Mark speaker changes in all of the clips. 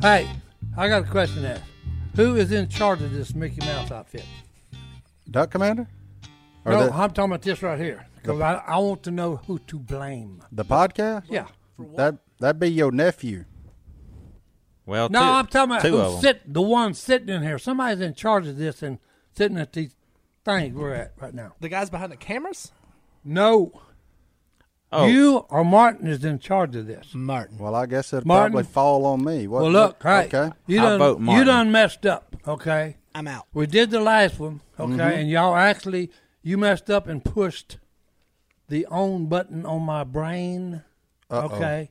Speaker 1: Hey, I got a question to ask. Who is in charge of this Mickey Mouse outfit?
Speaker 2: Duck Commander? Or
Speaker 1: no,
Speaker 2: the,
Speaker 1: I'm talking about this right here. 'cause I, I want to know who to blame.
Speaker 2: the podcast?
Speaker 1: Yeah.
Speaker 2: That that'd be your nephew.
Speaker 3: Well,
Speaker 1: No,
Speaker 3: two,
Speaker 1: I'm talking about
Speaker 3: two
Speaker 1: who's
Speaker 3: of 'em.
Speaker 1: sit the one sitting in here. Somebody's in charge of this and sitting at these things we're at right now.
Speaker 4: The guys behind the cameras?
Speaker 1: No.
Speaker 3: Oh.
Speaker 1: You or Martin is in charge of this.
Speaker 4: Martin.
Speaker 2: Well, I guess it'd
Speaker 1: Martin?
Speaker 2: probably fall on me. What,
Speaker 1: Well, look,
Speaker 2: what-
Speaker 1: hey,
Speaker 2: okay.
Speaker 1: you
Speaker 3: I
Speaker 1: done
Speaker 3: vote
Speaker 1: you
Speaker 3: Martin.
Speaker 1: done messed up. Okay,
Speaker 4: I'm out.
Speaker 1: we did the last one. Okay, and y'all actually you messed up and pushed the on button on my brain. Okay,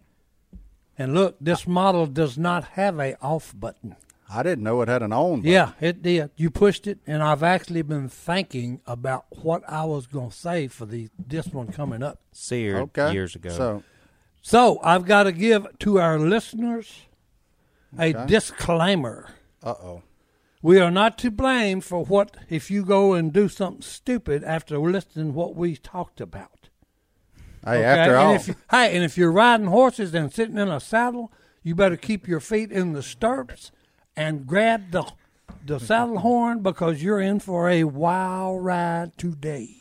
Speaker 1: and look, this model does not have a off button.
Speaker 2: I didn't know it had an on. button.
Speaker 1: Yeah, it did. You pushed it, and I've actually been thinking about what I was gonna say for the this one coming up.
Speaker 3: seared
Speaker 2: Okay.
Speaker 3: years ago.
Speaker 2: So
Speaker 1: So I've got to give to our listeners a disclaimer.
Speaker 2: uh oh.
Speaker 1: We are not to blame for what if you go and do something stupid after listening what we talked about.
Speaker 2: Hey,
Speaker 1: okay?
Speaker 2: after
Speaker 1: And
Speaker 2: all
Speaker 1: if you- hey, and if you're riding horses and sitting in a saddle, you better keep your feet in the stirrups and grab the the saddle horn because you're in for a wild ride today.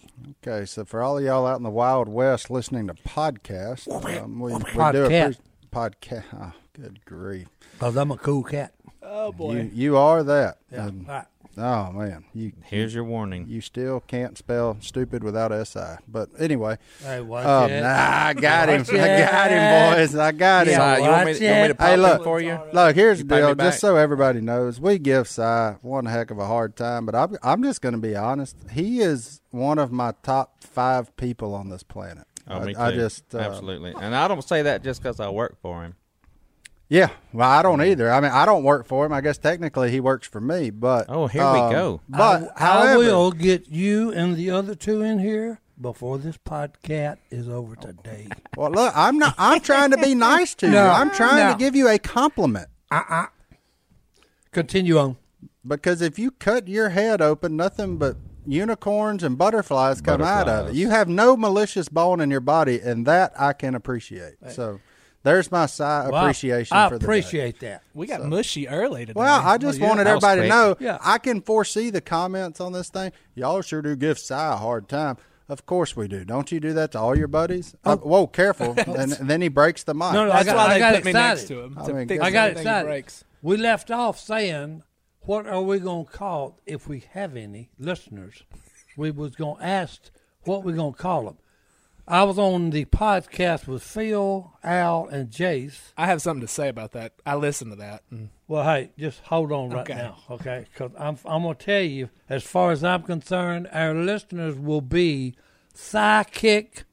Speaker 2: Okay, so for all of y'all out in the Wild West listening to podcasts, um, we, we do
Speaker 1: Podcat.
Speaker 2: appreciate podcast. Oh, good grief,
Speaker 1: Because I'm a cool cat.
Speaker 4: Oh boy.
Speaker 2: you you are that.
Speaker 1: Yeah.
Speaker 2: And-
Speaker 1: All right.
Speaker 2: oh man, you
Speaker 3: here's your warning.
Speaker 2: you still can't spell stupid without si. But anyway,
Speaker 1: Hey, watch
Speaker 2: um,
Speaker 1: it.
Speaker 2: nah, I got him.
Speaker 1: Watch
Speaker 2: I got him,
Speaker 1: it.
Speaker 2: boys. I got him.
Speaker 1: Yeah,
Speaker 3: Si, you want me,
Speaker 1: watch
Speaker 3: you want me to
Speaker 1: it.
Speaker 3: pop
Speaker 2: Hey,
Speaker 3: in
Speaker 2: look.
Speaker 3: for you?
Speaker 2: Look, here's the
Speaker 3: pay me
Speaker 2: deal.
Speaker 3: back.
Speaker 2: Just so everybody knows, we give Cy one heck of a hard time, but I'm, I'm just going to be honest. He is one of my top five people on this planet.
Speaker 3: Oh,
Speaker 2: I,
Speaker 3: me too.
Speaker 2: I just uh,
Speaker 3: absolutely, and I don't say that just because I work for him.
Speaker 2: Yeah, well, I don't either. I mean, I don't work for him. I guess technically he works for me, but um,
Speaker 3: Oh, here we go.
Speaker 2: But
Speaker 1: I, I
Speaker 2: however,
Speaker 1: will get you and the other two in here before this podcast is over today.
Speaker 2: Well, look, I'm not. I'm trying to be nice to you.
Speaker 1: No,
Speaker 2: I'm trying
Speaker 1: no.
Speaker 2: to give you a compliment
Speaker 1: Continue on.
Speaker 2: because if you cut your head open, nothing but unicorns and butterflies come out of it.
Speaker 3: Butterflies.
Speaker 2: You have no malicious bone in your body, and that I can appreciate. So, there's my side
Speaker 1: Well, I-
Speaker 2: appreciation.
Speaker 1: I
Speaker 2: for the day.
Speaker 1: appreciate that.
Speaker 4: We got mushy early today.
Speaker 2: Well, I just
Speaker 4: Well, Oh, yeah.
Speaker 2: wanted
Speaker 3: That was
Speaker 2: everybody to
Speaker 3: quick.
Speaker 2: know
Speaker 1: Yeah.
Speaker 2: I can foresee the comments on this thing. Y'all sure do give Si a hard time. Of course we do. Don't you do that to all your buddies? Uh, whoa, careful. and, then he breaks the mic.
Speaker 1: Oh. No, no, I
Speaker 4: That's
Speaker 1: got,
Speaker 4: why
Speaker 1: I
Speaker 4: they
Speaker 1: got
Speaker 4: put me
Speaker 1: excited.
Speaker 4: next to him.
Speaker 2: I
Speaker 4: to
Speaker 2: mean,
Speaker 4: fix
Speaker 1: I got
Speaker 4: everything that
Speaker 1: excited.
Speaker 4: breaks.
Speaker 1: We left off saying, "What are we gonna call if we have any listeners?" We was gonna ask what we gonna call them. I was on the podcast with Phil, Al, and Jace.
Speaker 4: I have something to say about that. I listened to that.
Speaker 1: Well, hey, just hold on right
Speaker 4: Okay.
Speaker 1: now, okay? Because I'm I'm gonna tell you, as far as I'm concerned, our listeners will be psychic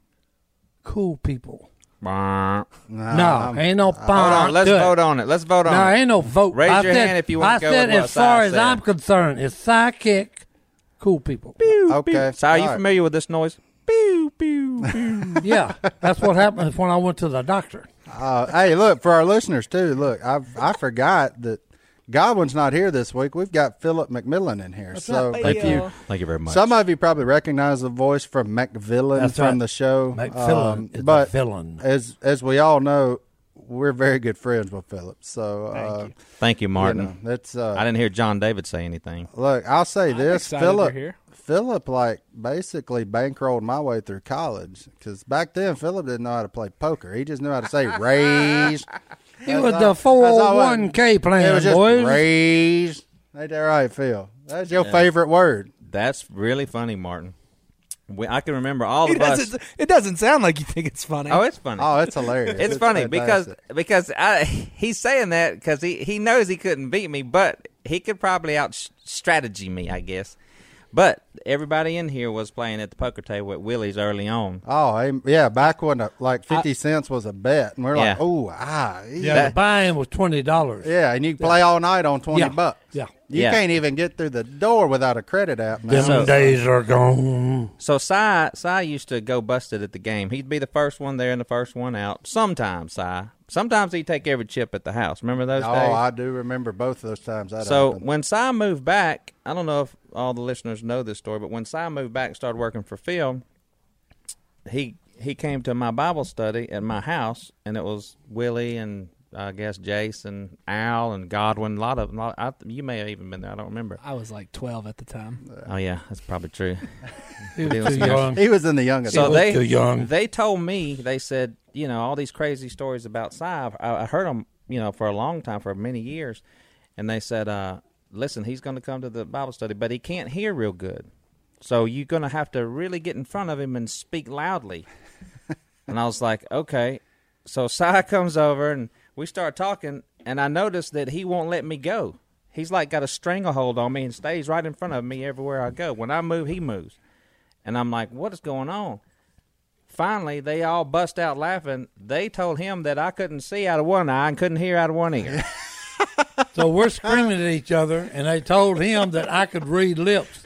Speaker 1: cool people.
Speaker 3: Bah.
Speaker 1: no, ain't no fun.
Speaker 3: Hold on, let's vote on it. Let's vote on
Speaker 1: No,
Speaker 3: it.
Speaker 1: ain't no vote.
Speaker 3: Raise
Speaker 1: I
Speaker 3: your
Speaker 1: said-
Speaker 3: hand if you want
Speaker 1: I
Speaker 3: to go
Speaker 1: said,
Speaker 3: with what
Speaker 1: as far
Speaker 3: Si
Speaker 1: as
Speaker 3: said.
Speaker 1: I'm concerned, it's psychic cool people.
Speaker 2: Okay.
Speaker 3: Si, are you
Speaker 2: All right.
Speaker 3: familiar with this noise? Pew, pew, pew.
Speaker 1: yeah, that's what happened when I went to the doctor.
Speaker 2: Uh, hey, look, for our listeners, too, look, I I forgot that Godwin's not here this week. We've got Philip McMillan in here. so
Speaker 4: up,
Speaker 2: if you.
Speaker 4: Phil?
Speaker 3: Thank you very much.
Speaker 2: Some of you probably recognize the voice from McVillain
Speaker 1: That's
Speaker 2: from
Speaker 1: right.
Speaker 2: the show.
Speaker 1: McVillain
Speaker 2: Um,
Speaker 1: is the
Speaker 2: but
Speaker 1: villain.
Speaker 2: as as we all know, we're very good friends with Philip. So uh,
Speaker 3: Thank you,
Speaker 2: you
Speaker 3: Martin.
Speaker 2: know, that's uh,
Speaker 3: I didn't hear John David say anything.
Speaker 2: look. I'll say this,
Speaker 4: excited
Speaker 2: Philip.
Speaker 4: we're here.
Speaker 2: Philip like basically bankrolled my way through college because back then Philip didn't know how to play poker. He just knew how to say raise.
Speaker 1: It was
Speaker 2: all-
Speaker 1: the
Speaker 2: that's all I-
Speaker 1: 401k plan,
Speaker 2: it was just
Speaker 1: boys.
Speaker 2: raise. Ain't that right, Phil? That's your favorite word.
Speaker 3: That's really funny, Martin. We, I can remember all
Speaker 4: He
Speaker 3: of us.
Speaker 4: doesn't, it doesn't sound like you think it's funny.
Speaker 3: Oh, it's funny.
Speaker 2: Oh, it's hilarious.
Speaker 3: it's, funny
Speaker 2: fantastic.
Speaker 3: because because I, he's saying that because he, he knows he couldn't beat me, but he could probably out strategy me, I guess. But everybody in here was playing at the poker table at Willie's early on.
Speaker 2: Oh, hey, yeah, back when uh, like 50 cents was a bet, and we're like,
Speaker 3: Yeah.
Speaker 2: oh, ah, yeah.
Speaker 1: Yeah, the buy-in was twenty dollars.
Speaker 2: yeah, and you play all night on 20
Speaker 1: Yeah.
Speaker 2: bucks.
Speaker 1: Yeah.
Speaker 2: You
Speaker 3: Yeah.
Speaker 2: can't even get through the door without a credit app now.
Speaker 1: Them
Speaker 3: So-
Speaker 1: days are gone.
Speaker 3: So Cy Cy used to go busted at the game. He'd be the first one there and the first one out. Sometimes Cy. Sometimes he'd take every chip at the house. Remember those
Speaker 2: oh,
Speaker 3: days?
Speaker 2: I do remember both of those times. That
Speaker 3: So
Speaker 2: happened.
Speaker 3: when Cy moved back, I don't know if all the listeners know this story, but when Cy moved back, and started working for Phil, he he came to my Bible study at my house, and it was Willie and I guess Jace and Al and Godwin. A lot of, lot I, you may have even been there. I don't remember.
Speaker 2: Uh,
Speaker 4: I was like 12 at the time.
Speaker 3: Oh yeah, that's probably true.
Speaker 1: He
Speaker 3: But he
Speaker 1: was
Speaker 3: was
Speaker 1: too
Speaker 3: young.
Speaker 1: young.
Speaker 2: He was in the young
Speaker 3: So
Speaker 2: adult.
Speaker 1: was
Speaker 3: they
Speaker 1: too young.
Speaker 3: they told me they said you know all these crazy stories about Si. I, I heard them you know for a long time for many years, and they said, uh, listen, he's going to come to the Bible study, but he can't hear real good, so you're going to have to really get in front of him and speak loudly. and I was like, okay. So Si comes over and we start talking, and I noticed that he won't let me go. He's like got a stranglehold on me and stays right in front of me everywhere I go. When I move, he moves. And I'm like, what is going on? Finally, they all bust out laughing. They told him that I couldn't see out of one eye and couldn't hear out of one ear.
Speaker 1: So we're screaming at each other, and they told him that I could read lips.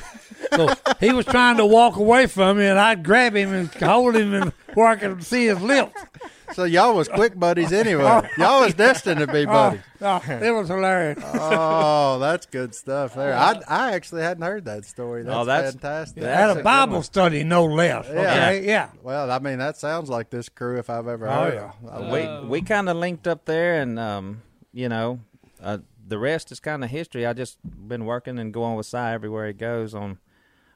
Speaker 1: So he was trying to walk away from me, and I'd grab him and hold him and where I could see his lips.
Speaker 2: So y'all was quick buddies anyway. y'all was destined to be buddies.
Speaker 1: Oh, oh, it was hilarious.
Speaker 2: Oh, that's good stuff there. I, I actually hadn't heard that story. That's,
Speaker 3: Oh, that's-
Speaker 2: fantastic.
Speaker 3: that-
Speaker 1: At
Speaker 3: a
Speaker 1: a
Speaker 3: good
Speaker 1: Bible
Speaker 3: one.
Speaker 1: study, no less.
Speaker 2: Yeah.
Speaker 1: Okay, yeah.
Speaker 2: well, I mean, that sounds like this crew if I've ever
Speaker 1: Oh,
Speaker 2: heard.
Speaker 1: yeah.
Speaker 2: them. Uh,
Speaker 3: we we kind of linked up there, and um, you know, uh, the rest is kind of history. I just been working and going with Cy everywhere he goes on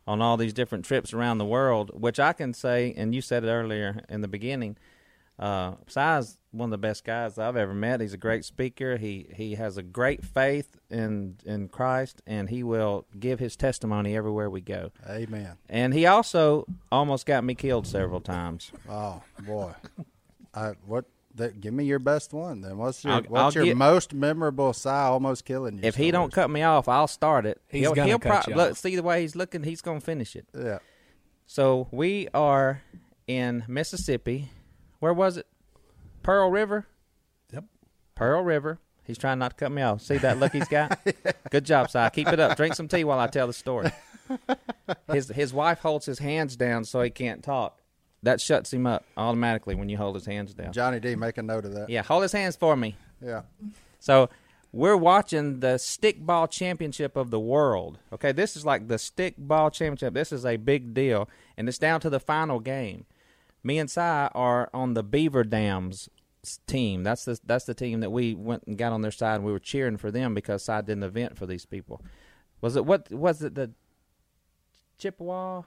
Speaker 3: on all these different trips around the world, which I can say, and you said it earlier in the beginning. Uh, Cy's one of the best guys I've ever met. He's a great speaker. He he has a great faith in in Christ, and he will give his testimony everywhere we go.
Speaker 2: Amen.
Speaker 3: And he also almost got me killed several times.
Speaker 2: Oh boy, I, what? That, give me your best one then. What's your
Speaker 3: I'll-
Speaker 2: What's
Speaker 3: I'll
Speaker 2: your
Speaker 3: get-
Speaker 2: most memorable Si almost killing you?
Speaker 3: If he don't cut me off, I'll start it.
Speaker 4: He's gonna cut you
Speaker 3: look,
Speaker 4: off.
Speaker 3: see the way he's looking. He's gonna finish it.
Speaker 2: yeah,
Speaker 3: So we are in Mississippi. Where was it? Pearl River.
Speaker 1: Yep.
Speaker 3: Pearl River. He's trying not to cut me off. See that look he's got? Good job, Si. Keep it up. Drink some tea while I tell the story. His his wife holds his hands down so he can't talk. That shuts him up automatically when you hold his hands down.
Speaker 2: Johnny D, make a note of that.
Speaker 3: Yeah, hold his hands for me.
Speaker 2: Yeah.
Speaker 3: So we're watching the stickball championship of the world. Okay, this is like the stickball championship. This is a big deal, and it's down to the final game. Me and Si are on the Beaver Dams s- team. That's the that's the team that we went and got on their side, and we were cheering for them because Si did an event for these people. Was it what was it the Chippewa?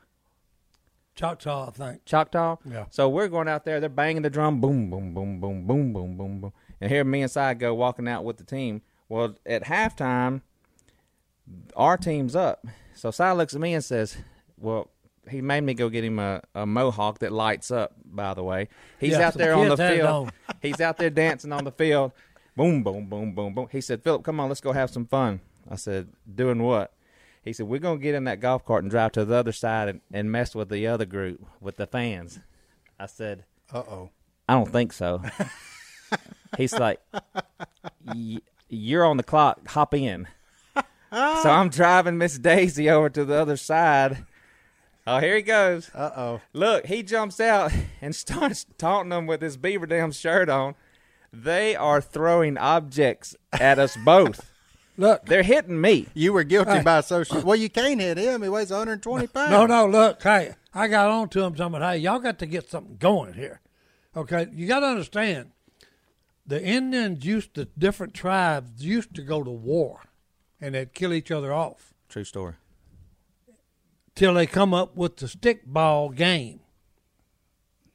Speaker 1: Choctaw, I think.
Speaker 3: Choctaw.
Speaker 1: Yeah.
Speaker 3: So we're going out there. They're banging the drum. Boom, boom, boom, boom, boom, boom, boom, boom. And here me and Si go walking out with the team. Well, at halftime, our team's up. So Si looks at me and says, well, he made me go get him a, a mohawk that lights up, by the way. He's
Speaker 1: Yeah,
Speaker 3: out
Speaker 1: some
Speaker 3: there on the
Speaker 1: kids had it
Speaker 3: field.
Speaker 1: on.
Speaker 3: He's out there dancing on the field. Boom, boom, boom, boom, boom. He said, Philip, come on, let's go have some fun. I said, doing what? He said, we're going to get in that golf cart and drive to the other side and, and mess with the other group, with the fans. I said,
Speaker 2: Uh oh.
Speaker 3: I don't think so. He's like, y- you're on the clock. Hop in. so I'm driving Miss Daisy over to the other side. Oh, here he goes.
Speaker 2: Uh oh.
Speaker 3: Look, he jumps out and starts taunting them with his beaver dam shirt on. They are throwing objects at us both.
Speaker 1: Look,
Speaker 3: They're hitting me.
Speaker 2: You were guilty by social. Well, you can't hit him. He weighs 120 pounds.
Speaker 1: no, no, look, hey, I got on to him something. Hey, y'all got to get something going here. Okay, you got to understand, the Indians used to, different tribes used to go to war, and they'd kill each other off.
Speaker 3: True story.
Speaker 1: till they come up with the stickball game.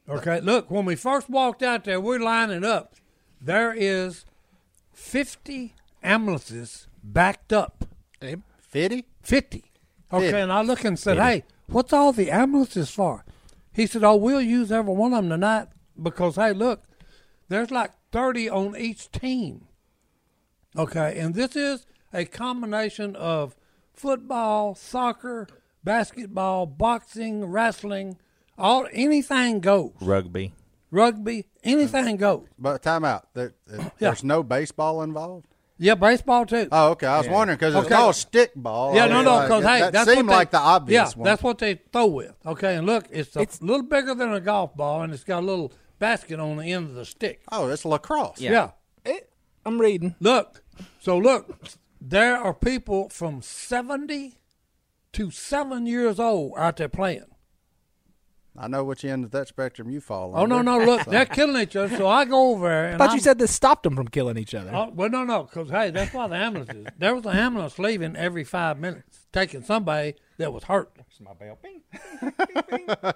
Speaker 1: Okay, look, when we first walked out there, we're lining up. There is 50 ambulances backed up.
Speaker 2: Fitty?
Speaker 1: 50. Okay,
Speaker 2: Fifty.
Speaker 1: and I look and said, hey, what's all the ambulances for? He said, oh, we'll use every one of them tonight because, hey, look, there's like 30 on each team. Okay, and this is a combination of football, soccer, basketball, boxing, wrestling, all anything goes.
Speaker 3: Rugby.
Speaker 1: Rugby, anything goes.
Speaker 2: But time out. There, there- There's no baseball involved?
Speaker 1: Yeah, baseball too.
Speaker 2: Oh, okay. I was wondering 'cause wondering
Speaker 1: Okay.
Speaker 2: because it's called stickball.
Speaker 1: Yeah,
Speaker 2: I
Speaker 1: no,
Speaker 2: was
Speaker 1: no,
Speaker 2: like,
Speaker 1: because hey,
Speaker 2: that
Speaker 1: that's
Speaker 2: seemed
Speaker 1: what they,
Speaker 2: like the obvious
Speaker 1: yeah,
Speaker 2: one.
Speaker 1: that's what they throw with. Okay, and look, it's a
Speaker 4: It's-
Speaker 1: little bigger than a golf ball, and it's got a little basket on the end of the stick.
Speaker 2: oh, it's lacrosse.
Speaker 1: Yeah,
Speaker 4: Eh, I'm reading.
Speaker 1: look, so look, there are people from seventy to seven years old out there playing.
Speaker 2: I know which end of that spectrum you fall on.
Speaker 1: Oh no, no, look, they're killing each other. So I go over there. And
Speaker 4: I thought
Speaker 1: I'm-
Speaker 4: you said this stopped them from killing each other.
Speaker 1: Oh, well, no, no, because hey, that's why the ambulance is. There was an ambulance leaving every five minutes, taking somebody that was hurt.
Speaker 3: It's my bell. Bing.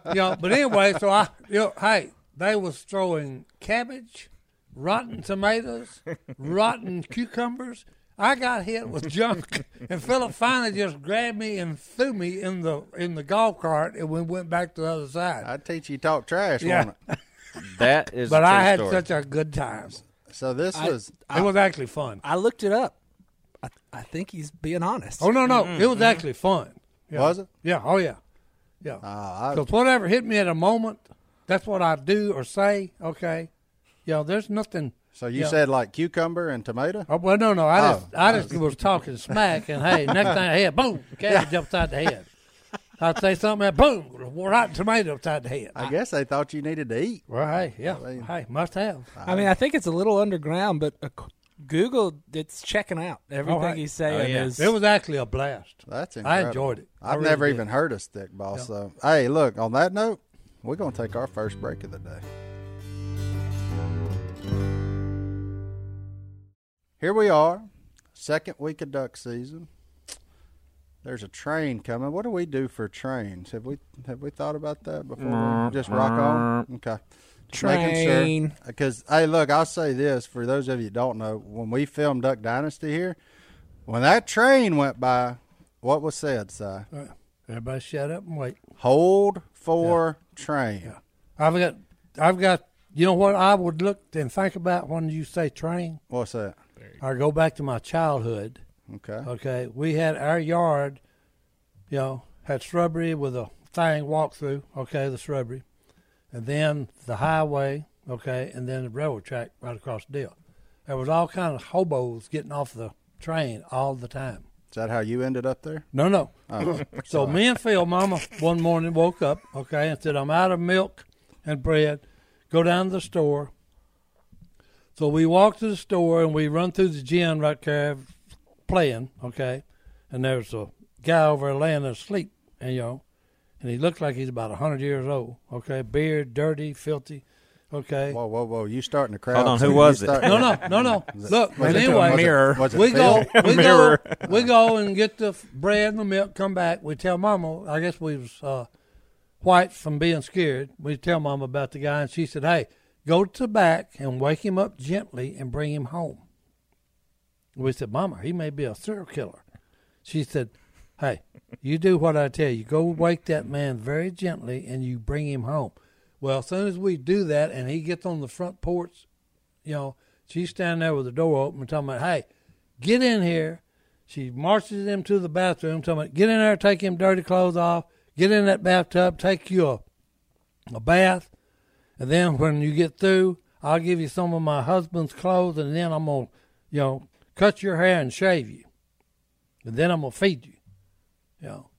Speaker 1: You know, but anyway, so I, you know, hey, they was throwing cabbage, rotten tomatoes, rotten cucumbers. I got hit with junk, and Philip finally just grabbed me and threw me in the in the golf cart, and we went back to the other side.
Speaker 2: I teach you talk trash,
Speaker 1: Yeah.
Speaker 2: won't it?
Speaker 3: That is. a
Speaker 1: but
Speaker 3: true
Speaker 1: I had
Speaker 3: story.
Speaker 1: such a good time.
Speaker 2: So this was
Speaker 1: it was actually fun.
Speaker 4: I looked it up. I, I think he's being honest.
Speaker 1: Oh no, no,
Speaker 3: Mm-hmm,
Speaker 1: it was actually fun. Yeah.
Speaker 2: was it?
Speaker 1: Yeah. Oh yeah. Yeah.
Speaker 2: Uh, I,
Speaker 1: Because whatever hit me at a moment, that's what I do or say. Okay, you know, there's nothing.
Speaker 2: so you
Speaker 1: yeah.
Speaker 2: said like cucumber and tomato.
Speaker 1: Oh, well, no, no, I
Speaker 2: Oh.
Speaker 1: just, I just was talking smack, and hey, next thing I had, boom, cabbage upside the head. I'd say something, and boom, rotten tomato upside the head.
Speaker 2: I guess they thought you needed to eat.
Speaker 1: well, hey, yeah, hey, must have.
Speaker 4: I mean, I think it's a little underground, but uh, Google it's checking out everything
Speaker 1: right.
Speaker 4: he's saying
Speaker 3: Oh, yeah.
Speaker 4: is.
Speaker 1: It was actually a blast.
Speaker 2: That's
Speaker 1: I
Speaker 2: incredible.
Speaker 1: enjoyed it. I
Speaker 2: I've
Speaker 1: really
Speaker 2: never
Speaker 1: did.
Speaker 2: even heard of stick ball. So hey, look. On that note, we're gonna take our first break of the day. Here we are, second week of duck season. There's a train coming. What do we do for trains? Have we have we thought about that before?
Speaker 3: Mm-hmm.
Speaker 2: Just rock on. Okay. Just Making
Speaker 4: Train.
Speaker 2: sure. Because hey, look, I'll say this for those of you that don't know. When we filmed Duck Dynasty here, when that train went by, what was said, Si?
Speaker 1: Everybody, shut up and wait.
Speaker 2: Hold for train.
Speaker 1: I've got, I've got. You know what I would look and think about when you say train?
Speaker 2: What's that?
Speaker 1: I go back to my childhood.
Speaker 2: Okay.
Speaker 1: Okay, we had our yard, you know, had shrubbery with a thing walk through. Okay, the shrubbery, and then the highway. Okay, and then the railroad track right across the deal. There was all kind of hobos getting off the train all the time.
Speaker 2: Is that how you ended up there?
Speaker 1: No, no. so me and Phil, Mama, one morning woke up, okay, and said, I'm out of milk and bread. Go down to the store. So we walked to the store and we run through the gym right there playing, okay. And there's a guy over there laying there asleep, and you know, and he looked like he's about a 100 years old, okay. Beard, dirty, filthy, okay.
Speaker 2: Whoa, whoa, whoa! You starting to crowd?
Speaker 3: Hold on, who
Speaker 2: You
Speaker 3: was it?
Speaker 2: starting-
Speaker 1: No, no, no, no. Look,
Speaker 2: was
Speaker 1: but
Speaker 2: it-
Speaker 1: anyway,
Speaker 2: was it-
Speaker 3: Mirror.
Speaker 2: was it
Speaker 1: we go,
Speaker 2: Phil?
Speaker 1: we go,
Speaker 3: Mirror.
Speaker 1: we go and get the f- bread and the milk. Come back. We tell Mama. I guess we was uh, white from being scared. We tell Mama about the guy, and she said, "Hey, go to the back and wake him up gently and bring him home." We said, "Mama, he may be a serial killer." She said, "Hey, you do what I tell you. Go wake that man very gently, and you bring him home." Well, as soon as we do that, and he gets on the front porch, you know, she's standing there with the door open, talking about, "Hey, get in here." She marches him to the bathroom, telling him, "Get in there, take him dirty clothes off, get in that bathtub, take you a, a bath, and then when you get through, I'll give you some of my husband's clothes, and then I'm gonna, you know, cut your hair and shave you, and then I'm gonna feed you." You know,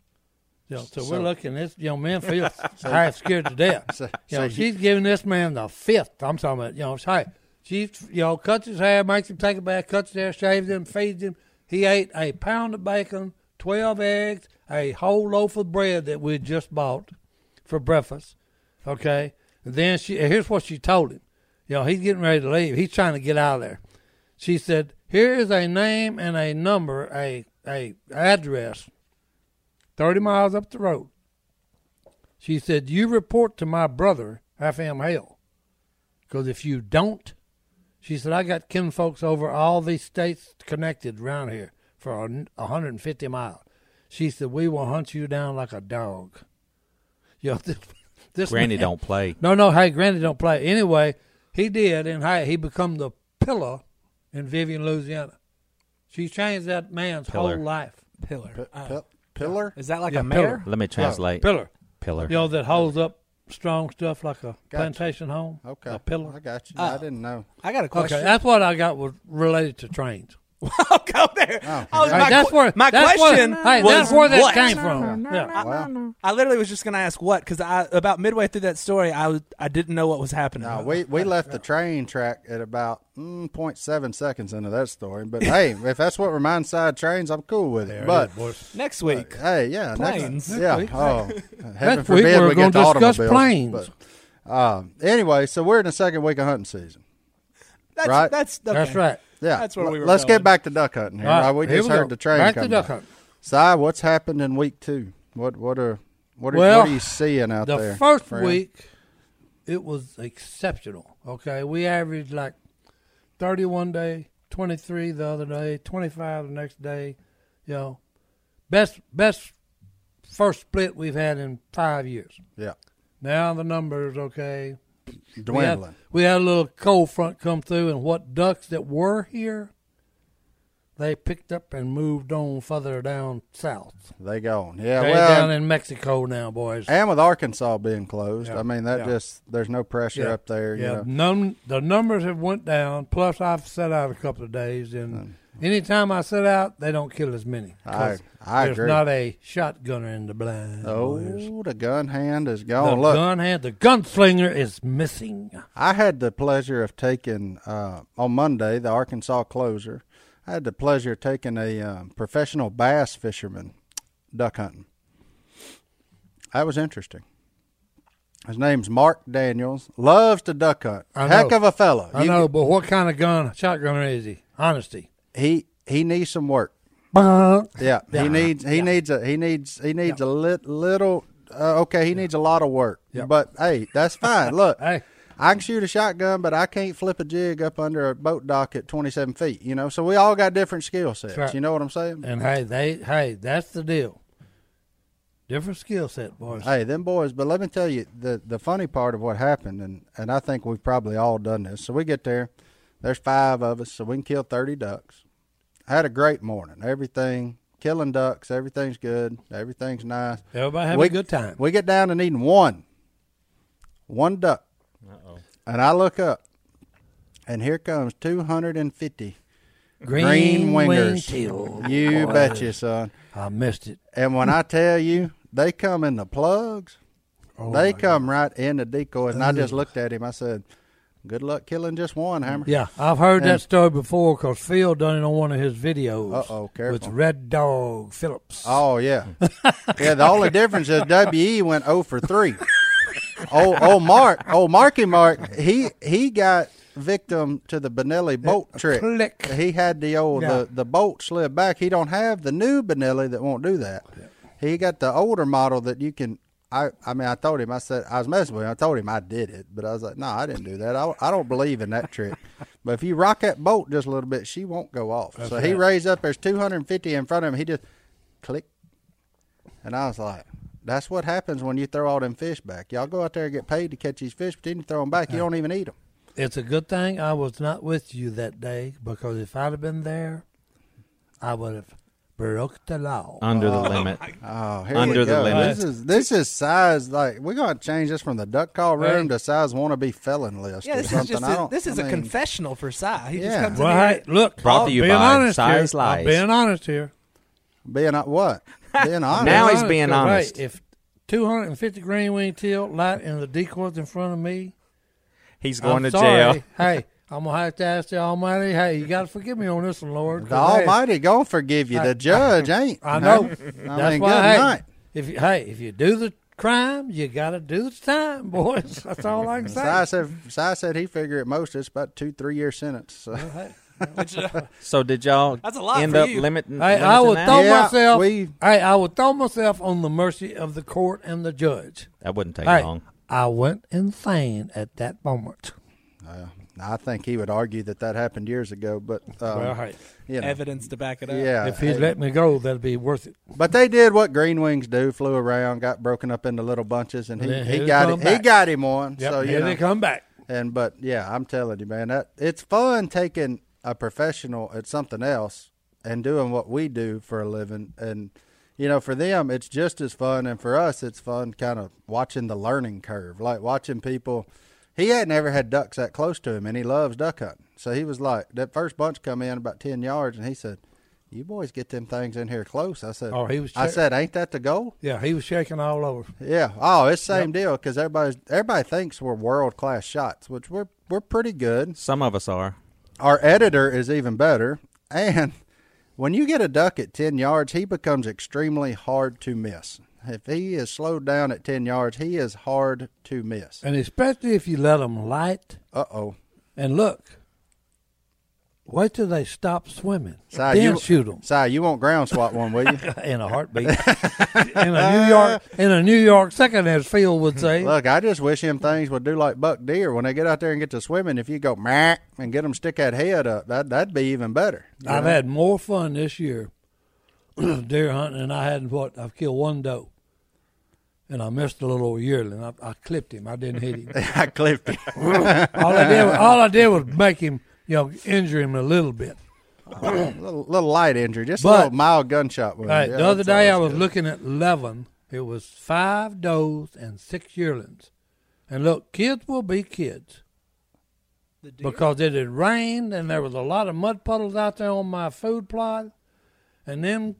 Speaker 1: you know so,
Speaker 2: So-
Speaker 1: we're looking. This young man feels half scared to death.
Speaker 2: So-
Speaker 1: you
Speaker 2: so
Speaker 1: know,
Speaker 2: you-
Speaker 1: she's giving this man the fifth. I'm talking about, you know, hey, she, you know, cuts his hair, makes him take a bath, cuts his hair, shaves him, feeds him. He ate a pound of bacon, 12 eggs, a whole loaf of bread that we had just bought for breakfast. Okay. And then she, and here's what she told him. You know, he's getting ready to leave. He's trying to get out of there. She said, here is a name and a number, a, a address, 30 miles up the road. She said, You report to my brother, FM Hale. Because if you don't, she said, I got kin folks over all these states connected around here for a n- 150 miles. She said, We will hunt you down like a dog. You know, this, this
Speaker 3: Granny
Speaker 1: man-
Speaker 3: don't play.
Speaker 1: No, no, hey, Granny don't play. Anyway, he did, and hey, he become the pillar in Vivian, Louisiana. She changed that man's
Speaker 3: Pillar.
Speaker 1: whole life.
Speaker 4: pillar. Uh,
Speaker 2: Pil- pillar.
Speaker 4: is that like
Speaker 1: Yeah,
Speaker 4: a mayor?
Speaker 1: pillar.
Speaker 3: Let me translate.
Speaker 1: Pillar.
Speaker 3: Pillar.
Speaker 1: You know, that holds up strong stuff like a
Speaker 2: Gotcha.
Speaker 1: plantation home,
Speaker 2: Okay.
Speaker 1: a pillar.
Speaker 2: I got you. I
Speaker 4: Oh.
Speaker 2: didn't know.
Speaker 4: I got
Speaker 1: Okay,
Speaker 4: a question.
Speaker 1: that's what I got was related to trains.
Speaker 4: I'll go there.
Speaker 2: Oh,
Speaker 4: I was-
Speaker 2: right.
Speaker 4: my
Speaker 1: that's
Speaker 4: qu-
Speaker 1: where
Speaker 4: my
Speaker 1: that's
Speaker 4: question
Speaker 1: Where, hey,
Speaker 4: was
Speaker 1: that's where that
Speaker 4: what?
Speaker 1: came from. Yeah.
Speaker 2: Well,
Speaker 4: I literally was just going to ask what because I about midway through that story I was I didn't know what was happening.
Speaker 2: no, we, we left the train track at about mm, 0.7 seconds into that story. But hey, if that's what were mine side trains, I'm cool with it. But
Speaker 4: next week.
Speaker 2: hey, yeah, next-
Speaker 4: Planes.
Speaker 2: yeah. Oh, heaven
Speaker 1: Next week
Speaker 2: forbid
Speaker 1: we're
Speaker 2: we get
Speaker 1: gonna
Speaker 2: to
Speaker 1: discuss planes.
Speaker 2: automobiles, but, um, anyway, so we're in the second week of hunting season.
Speaker 4: That's
Speaker 2: Right.
Speaker 4: that's okay.
Speaker 1: That's right.
Speaker 2: Yeah,
Speaker 4: That's where
Speaker 2: L-
Speaker 4: we were
Speaker 2: Let's
Speaker 4: going.
Speaker 2: get back to duck hunting here.
Speaker 1: All right,
Speaker 2: right? we
Speaker 1: here
Speaker 2: just
Speaker 1: we
Speaker 2: heard
Speaker 1: go.
Speaker 2: the train
Speaker 1: Back to
Speaker 2: come
Speaker 1: duck
Speaker 2: by.
Speaker 1: hunting.
Speaker 2: Si, what's happened in week two? What what are what are,
Speaker 1: Well,
Speaker 2: what are you seeing out
Speaker 1: the
Speaker 2: there?
Speaker 1: first
Speaker 2: friend?
Speaker 1: week, it was exceptional. Okay, we averaged like thirty-one day, twenty-three the other day, twenty-five the next day. You know, best best first split we've had in five years.
Speaker 2: yeah,
Speaker 1: Now the numbers okay. We had-
Speaker 2: dwindling.
Speaker 1: We had, a little cold front come through, and what ducks that were here, they picked up and moved on further down south.
Speaker 2: They gone. Yeah,
Speaker 1: They're
Speaker 2: well,
Speaker 1: down in Mexico now, boys.
Speaker 2: and with Arkansas being closed,
Speaker 1: Yeah,
Speaker 2: I mean that
Speaker 1: yeah.
Speaker 2: just there's no pressure
Speaker 1: Yeah,
Speaker 2: up there.
Speaker 1: Yeah,
Speaker 2: You know.
Speaker 1: num- the numbers have went down. Plus, I've set out a couple of days, and
Speaker 2: Mm.
Speaker 1: anytime I set out, they don't kill as many.
Speaker 2: I
Speaker 1: 'cause
Speaker 2: I
Speaker 1: there's
Speaker 2: agree.
Speaker 1: not a shotgunner in the blind. boys.
Speaker 2: oh, the gun hand is
Speaker 1: the
Speaker 2: gone. Look,
Speaker 1: gun hand, the gunslinger is missing.
Speaker 2: I had the pleasure of taking uh, on Monday the Arkansas closer. I had the pleasure of taking a um, professional bass fisherman duck hunting. That was interesting. His name's Mark Daniels. Loves to duck hunt.
Speaker 1: I
Speaker 2: Heck
Speaker 1: know.
Speaker 2: of a fellow.
Speaker 1: I
Speaker 2: You-
Speaker 1: know, but what kind of gun shotgunner is he? Honesty.
Speaker 2: He he needs some work. Yeah, he needs he needs a he needs he needs a lit, little. Uh, okay, he needs a lot of work.
Speaker 1: Yep.
Speaker 2: But hey, that's fine. Look,
Speaker 1: Hey.
Speaker 2: I can shoot a shotgun, but I can't flip a jig up under a boat dock at 27 feet. You know, so we all got different skill sets.
Speaker 1: right.
Speaker 2: You know what I'm saying?
Speaker 1: And hey, they hey, that's the deal. Different skill set, boys.
Speaker 2: Hey, them boys. But let me tell you the the funny part of what happened, and and I think we've probably all done this. So we get there, there's five of us, so we can kill 30 ducks. I had a great morning. Everything killing ducks, everything's good, everything's nice.
Speaker 1: Everybody have
Speaker 2: we-
Speaker 1: a good time.
Speaker 2: We get down to needing one, one duck. And I look up, and here comes 250 green, wingers.
Speaker 1: wingtail.
Speaker 2: you
Speaker 1: Boy,
Speaker 2: betcha, son.
Speaker 1: I missed it.
Speaker 2: And when I tell you, they come in the plugs,
Speaker 1: Oh,
Speaker 2: they
Speaker 1: my-
Speaker 2: come right in the decoys. And I just looked at him. I said, Good luck killing just one, Hammer.
Speaker 1: Yeah, I've heard
Speaker 2: And-
Speaker 1: that story before because Phil done it on one of his videos.
Speaker 2: Uh-oh,
Speaker 1: With
Speaker 2: careful.
Speaker 1: Red Dog Phillips.
Speaker 2: Oh, yeah. yeah, the only difference is WE went 0 for 3. Oh, oh, Mark, oh, Marky Mark, he he got victim to the Benelli bolt trick.
Speaker 1: click.
Speaker 2: He had the old
Speaker 1: Yeah.
Speaker 2: the, the bolt slid back. He don't have the new Benelli that won't do that. He got the older model that you can. I I mean, I told him. I said I was messing with him. I told him I did it, but I was like, no, I didn't do that. I, I don't believe in that trick. But if you rock that bolt just a little bit, she won't go off. so he raised up. There's 250 in front of him. He just click and I was like, that's what happens when you throw all them fish back. Y'all go out there and get paid to catch these fish, but then you throw them back. You don't even eat them.
Speaker 1: It's a good thing I was not with you that day because if I'd have been there, I would have broke the law.
Speaker 3: Under the limit.
Speaker 2: Oh, here
Speaker 3: Under
Speaker 2: we
Speaker 3: the
Speaker 2: go.
Speaker 3: limit.
Speaker 2: This is this is size like we're gonna change this from the duck call room
Speaker 1: Hey.
Speaker 2: to size want to be felon list
Speaker 4: Yeah,
Speaker 2: or
Speaker 4: this is
Speaker 2: something.
Speaker 4: just
Speaker 2: I
Speaker 4: a,
Speaker 2: don't,
Speaker 4: this is
Speaker 2: I
Speaker 4: a
Speaker 2: mean,
Speaker 4: confessional for Si. He just
Speaker 2: Yeah.
Speaker 4: comes in
Speaker 1: well,
Speaker 4: here.
Speaker 1: hey, look.
Speaker 3: Brought
Speaker 1: I'm
Speaker 3: to you
Speaker 1: being
Speaker 3: by
Speaker 1: honest
Speaker 3: Size
Speaker 1: here. I'm
Speaker 3: Lies.
Speaker 1: being honest here.
Speaker 2: being uh, what being honest.
Speaker 3: Now he's
Speaker 1: honest,
Speaker 3: being
Speaker 1: you're right.
Speaker 3: honest.
Speaker 1: If 250 green wing teal light in the decoys in front of me,
Speaker 3: He's going
Speaker 1: I'm
Speaker 3: to
Speaker 1: sorry.
Speaker 3: jail.
Speaker 1: Hey, I'm gonna have to ask the Almighty. Hey, you gotta forgive me on this one, Lord.
Speaker 2: the
Speaker 1: 'cause, hey,
Speaker 2: Almighty gonna forgive you. The judge ain't.
Speaker 1: I know.
Speaker 2: I
Speaker 1: That's
Speaker 2: mean, good
Speaker 1: why. hey,
Speaker 2: night.
Speaker 1: If you, hey, if you do the crime, you gotta do the time, boys. That's all I can say.
Speaker 2: Si said, si said he figure at most it's about two three year sentence. So.
Speaker 1: Hey,
Speaker 3: So did y'all
Speaker 4: That's a lot
Speaker 3: end
Speaker 4: for
Speaker 3: up
Speaker 4: you.
Speaker 3: limiting?
Speaker 1: I, I
Speaker 3: limiting
Speaker 1: would
Speaker 3: that?
Speaker 1: throw
Speaker 2: Yeah,
Speaker 1: myself.
Speaker 2: we-
Speaker 1: Hey, I would throw myself on the mercy of the court and the judge.
Speaker 3: That wouldn't take
Speaker 1: Hey,
Speaker 3: long.
Speaker 1: I went insane at that moment.
Speaker 2: Uh, I think he would argue that that happened years ago, but um,
Speaker 1: well, hey,
Speaker 2: you know,
Speaker 4: evidence to back it up.
Speaker 2: yeah.
Speaker 1: if he'd
Speaker 2: hey.
Speaker 1: let me go, that'd be worth it.
Speaker 2: but they did what Green Wings do: flew around, got broken up into little bunches, and he,
Speaker 1: Then
Speaker 2: he
Speaker 1: he'll
Speaker 2: got
Speaker 1: come
Speaker 2: it, he
Speaker 1: back.
Speaker 2: got him on.
Speaker 1: Yep,
Speaker 2: so you
Speaker 1: here
Speaker 2: know,
Speaker 1: they come back.
Speaker 2: and but yeah, I'm telling you, man, that it's fun taking a professional at something else and doing what we do for a living, and you know, for them it's just as fun, and for us it's fun, kind of watching the learning curve, like watching people. He had never had ducks that close to him, and he loves duck hunting. So he was like, that first bunch come in about ten yards, and he said, "You boys get them things in here close." I said,
Speaker 1: Oh, he was
Speaker 2: I
Speaker 1: check-
Speaker 2: said, "Ain't that the goal?"
Speaker 1: Yeah, he was shaking all over.
Speaker 2: Yeah. Oh, it's same deal because everybody's everybody thinks we're world class shots, which we're we're pretty good.
Speaker 3: Some of us are.
Speaker 2: Our editor is even better, and when you get a duck at ten yards, he becomes extremely hard to miss. If he is slowed down at ten yards, he is hard to miss.
Speaker 1: And especially if you let them light
Speaker 2: Uh oh.
Speaker 1: and look. Wait till they stop swimming.
Speaker 2: Si,
Speaker 1: then
Speaker 2: you,
Speaker 1: shoot them
Speaker 2: Si, you won't ground swat one, will you?
Speaker 1: in a heartbeat. in a New York, in a New York second, as Phil would say.
Speaker 2: Look, I just wish him things would do like buck deer when they get out there and get to swimming. If you go meh and get them stick that head up, that that'd be even better. you
Speaker 1: I've
Speaker 2: know?
Speaker 1: had more fun this year deer hunting, and I hadn't what I've killed one doe, and I missed a little yearling. I, I clipped him. I didn't hit him.
Speaker 2: I clipped it.
Speaker 1: all I did, was, all I did was make him, you know, injure him a little bit.
Speaker 2: a little, little light injury, just a
Speaker 1: But-
Speaker 2: little mild gunshot wound.
Speaker 1: All right,
Speaker 2: Yeah,
Speaker 1: the other
Speaker 2: that's
Speaker 1: day I
Speaker 2: always
Speaker 1: was looking at eleven. It was five does and six yearlings, and look, kids will be kids.
Speaker 4: The deer.
Speaker 1: because it had rained and there was a lot of mud puddles out there on my food plot, and them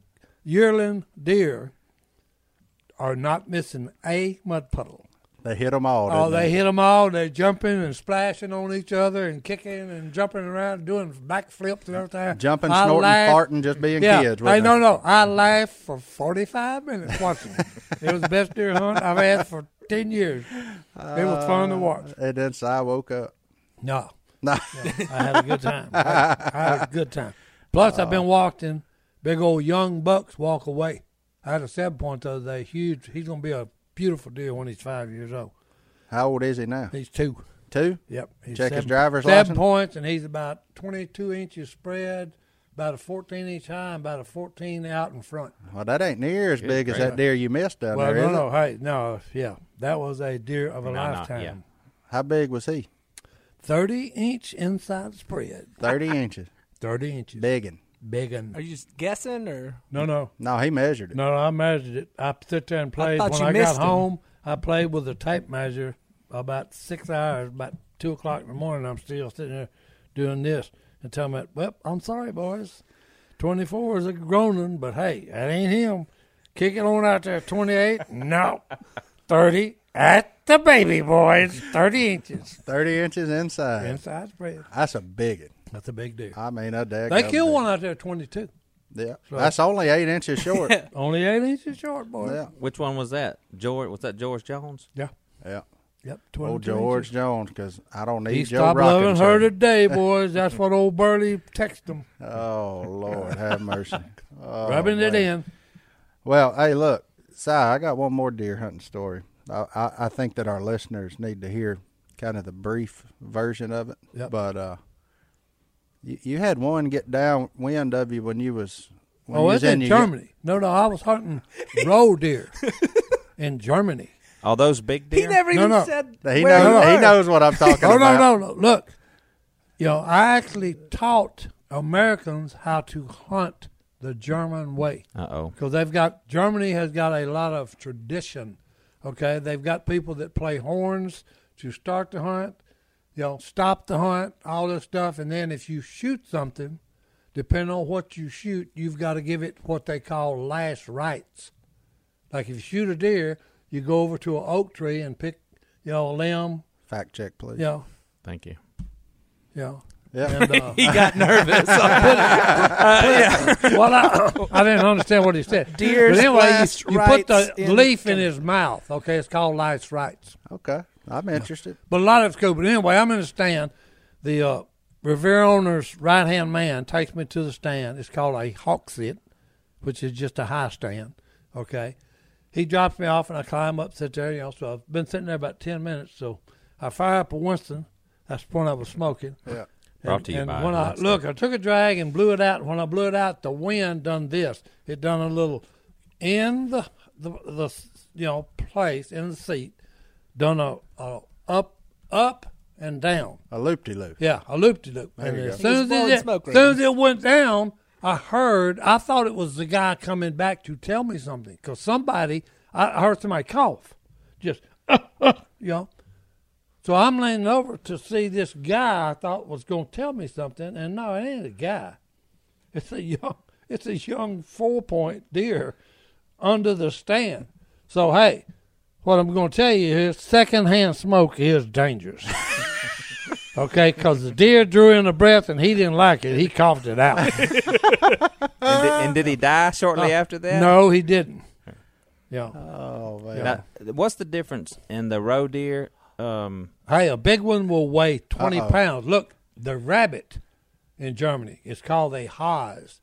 Speaker 1: yearling deer are not missing a mud puddle.
Speaker 2: good. They hit them all.
Speaker 1: Oh,
Speaker 2: didn't
Speaker 1: they
Speaker 2: they?
Speaker 1: hit them all. They're jumping and splashing on each other and kicking and jumping around, doing backflips and everything.
Speaker 2: jumping,
Speaker 1: I
Speaker 2: snorting,
Speaker 1: laughed.
Speaker 2: farting, just being
Speaker 1: yeah,
Speaker 2: kids.
Speaker 1: I
Speaker 2: wasn't
Speaker 1: no
Speaker 2: they?
Speaker 1: no. I laughed for forty five minutes watching. it It was the best deer hunt I've had for ten years. It was fun to watch.
Speaker 2: And then Si woke up.
Speaker 1: No,
Speaker 2: Uh, No,
Speaker 1: I had a good time. I, I had a good time. Plus, I've
Speaker 2: Uh.
Speaker 1: been watching big old young bucks walk away. I had a seven point the other day. Huge. He's gonna be a beautiful deer when he's five years old.
Speaker 2: how old is he now?
Speaker 1: He's two.
Speaker 2: Two.
Speaker 1: Yep. He's
Speaker 2: Check his
Speaker 1: seven-
Speaker 2: driver's
Speaker 1: seven
Speaker 2: license?
Speaker 1: points, and he's about twenty-two inches spread, about a fourteen inch high, and about a fourteen out in front.
Speaker 2: Well, that ain't near as big as
Speaker 3: grief.
Speaker 2: that deer you missed down
Speaker 1: well,
Speaker 2: there.
Speaker 1: no,
Speaker 2: is
Speaker 1: no,
Speaker 2: it?
Speaker 1: hey, no, yeah, that was a deer of a
Speaker 3: No, no,
Speaker 1: lifetime.
Speaker 3: yeah.
Speaker 2: How big was he?
Speaker 1: Thirty inch inside spread.
Speaker 2: Thirty inches.
Speaker 1: Thirty inches.
Speaker 2: Biggin.
Speaker 1: Big
Speaker 4: Are
Speaker 1: and
Speaker 4: you just guessing or
Speaker 1: no, no.
Speaker 2: No, he measured it.
Speaker 1: No, I measured it. I sit there and played.
Speaker 4: thought
Speaker 1: when
Speaker 4: you
Speaker 1: I got
Speaker 4: missed 'em.
Speaker 1: home, I played with a tape measure about six hours, about two o'clock in the morning. I'm still sitting there doing this and telling me, "Well, I'm sorry, boys. Twenty four is a groaning, but hey, that ain't him. Kick it on out there, twenty eight. no, thirty at the baby boys, thirty inches
Speaker 2: Thirty inches inside.
Speaker 1: inside spread.
Speaker 2: That's a biggin.
Speaker 1: That's a big deal.
Speaker 2: I mean, a dag.
Speaker 1: They killed one out there, at twenty two.
Speaker 2: Yeah, that's only eight inches short.
Speaker 1: Only eight inches short, boys.
Speaker 2: yeah,
Speaker 3: Which one was that? George? Was that George Jones?
Speaker 1: yeah.
Speaker 2: yeah.
Speaker 1: Yep,
Speaker 2: Old
Speaker 1: 22
Speaker 2: George Jones, because I don't need
Speaker 1: He
Speaker 2: Joe
Speaker 1: stopped
Speaker 2: Rockin'
Speaker 1: loving her
Speaker 2: service.
Speaker 1: today, boys. That's what old Burley texted him,
Speaker 2: Oh Lord, have mercy. Oh,
Speaker 1: rubbing it
Speaker 2: man.
Speaker 1: in.
Speaker 2: Well, hey, look, Si, I got one more deer hunting story. I, I, I think that our listeners need to hear kind of the brief version of it.
Speaker 1: Yep.
Speaker 2: But uh, you, you had one get downwind of you when you was when you
Speaker 1: oh, it's
Speaker 2: was in
Speaker 1: in
Speaker 2: you-
Speaker 1: Germany. No, no, I was hunting roe deer in Germany.
Speaker 3: All those big deer.
Speaker 4: he never
Speaker 1: No,
Speaker 4: even
Speaker 1: no.
Speaker 4: said
Speaker 2: He
Speaker 4: where
Speaker 2: knows.
Speaker 4: you
Speaker 2: He
Speaker 4: were.
Speaker 2: knows what I'm talking
Speaker 1: Oh
Speaker 2: about.
Speaker 1: no, no, no! Look, you know, I actually taught Americans how to hunt the German way.
Speaker 3: Uh oh.
Speaker 1: because they've got Germany has got a lot of tradition. Okay, they've got people that play horns to start the hunt, you know, stop the hunt, all this stuff, and then if you shoot something, depending on what you shoot, you've got to give it what they call last rites. Like if you shoot a deer, you go over to an oak tree and pick, you know, a limb,
Speaker 2: Fact check, please.
Speaker 1: you know,
Speaker 3: Thank you.
Speaker 1: you know.
Speaker 2: Yeah.
Speaker 1: And, uh,
Speaker 4: He got nervous.
Speaker 1: well, I, I didn't understand what he said.
Speaker 4: Deer's
Speaker 1: but anyway,
Speaker 4: last
Speaker 1: you, you put the
Speaker 4: rites in-
Speaker 1: leaf in his mouth. Okay, it's called last rites.
Speaker 2: Okay, I'm interested.
Speaker 1: But a lot of it's cool. But anyway, I'm in the stand. The uh, revere owner's right hand man takes me to the stand. It's called a hawk sit, which is just a high stand. Okay. He drops me off and I climb up, sit there, you know. So I've been sitting there about 10 minutes. So I fire up a Winston. That's the one I was smoking.
Speaker 2: Yeah.
Speaker 3: Brought
Speaker 1: And-
Speaker 3: to you
Speaker 1: and
Speaker 3: by
Speaker 1: when I
Speaker 3: Winston.
Speaker 1: look, I took a drag and blew it out. When I blew it out, the wind done this. It done a little in the the, the you know place in the seat. Done a, a up up and down.
Speaker 2: A loop de loop.
Speaker 1: Yeah, a loop de loop. And
Speaker 2: you go.
Speaker 1: as
Speaker 2: He
Speaker 1: soon
Speaker 4: was
Speaker 1: as,
Speaker 4: blowing
Speaker 1: it,
Speaker 4: smoke
Speaker 1: as soon as it went down, I heard. I thought it was the guy coming back to tell me something because somebody I I heard somebody cough, just you know. So I'm leaning over to see this guy I thought was going to tell me something, and no, it ain't a guy. It's a young, it's a young four point deer under the stand. So hey, what I'm going to tell you is secondhand smoke is dangerous. Okay, because the deer drew in a breath and he didn't like it. He coughed it out.
Speaker 3: And did, and did he die shortly after that?
Speaker 1: Uh, no, he didn't. Yeah.
Speaker 2: Oh man.
Speaker 3: Now, what's the difference in the roe deer? Um,
Speaker 1: Hey, a big one will weigh 20
Speaker 2: Uh-oh.
Speaker 1: pounds. Look, the rabbit in Germany is called a Haas.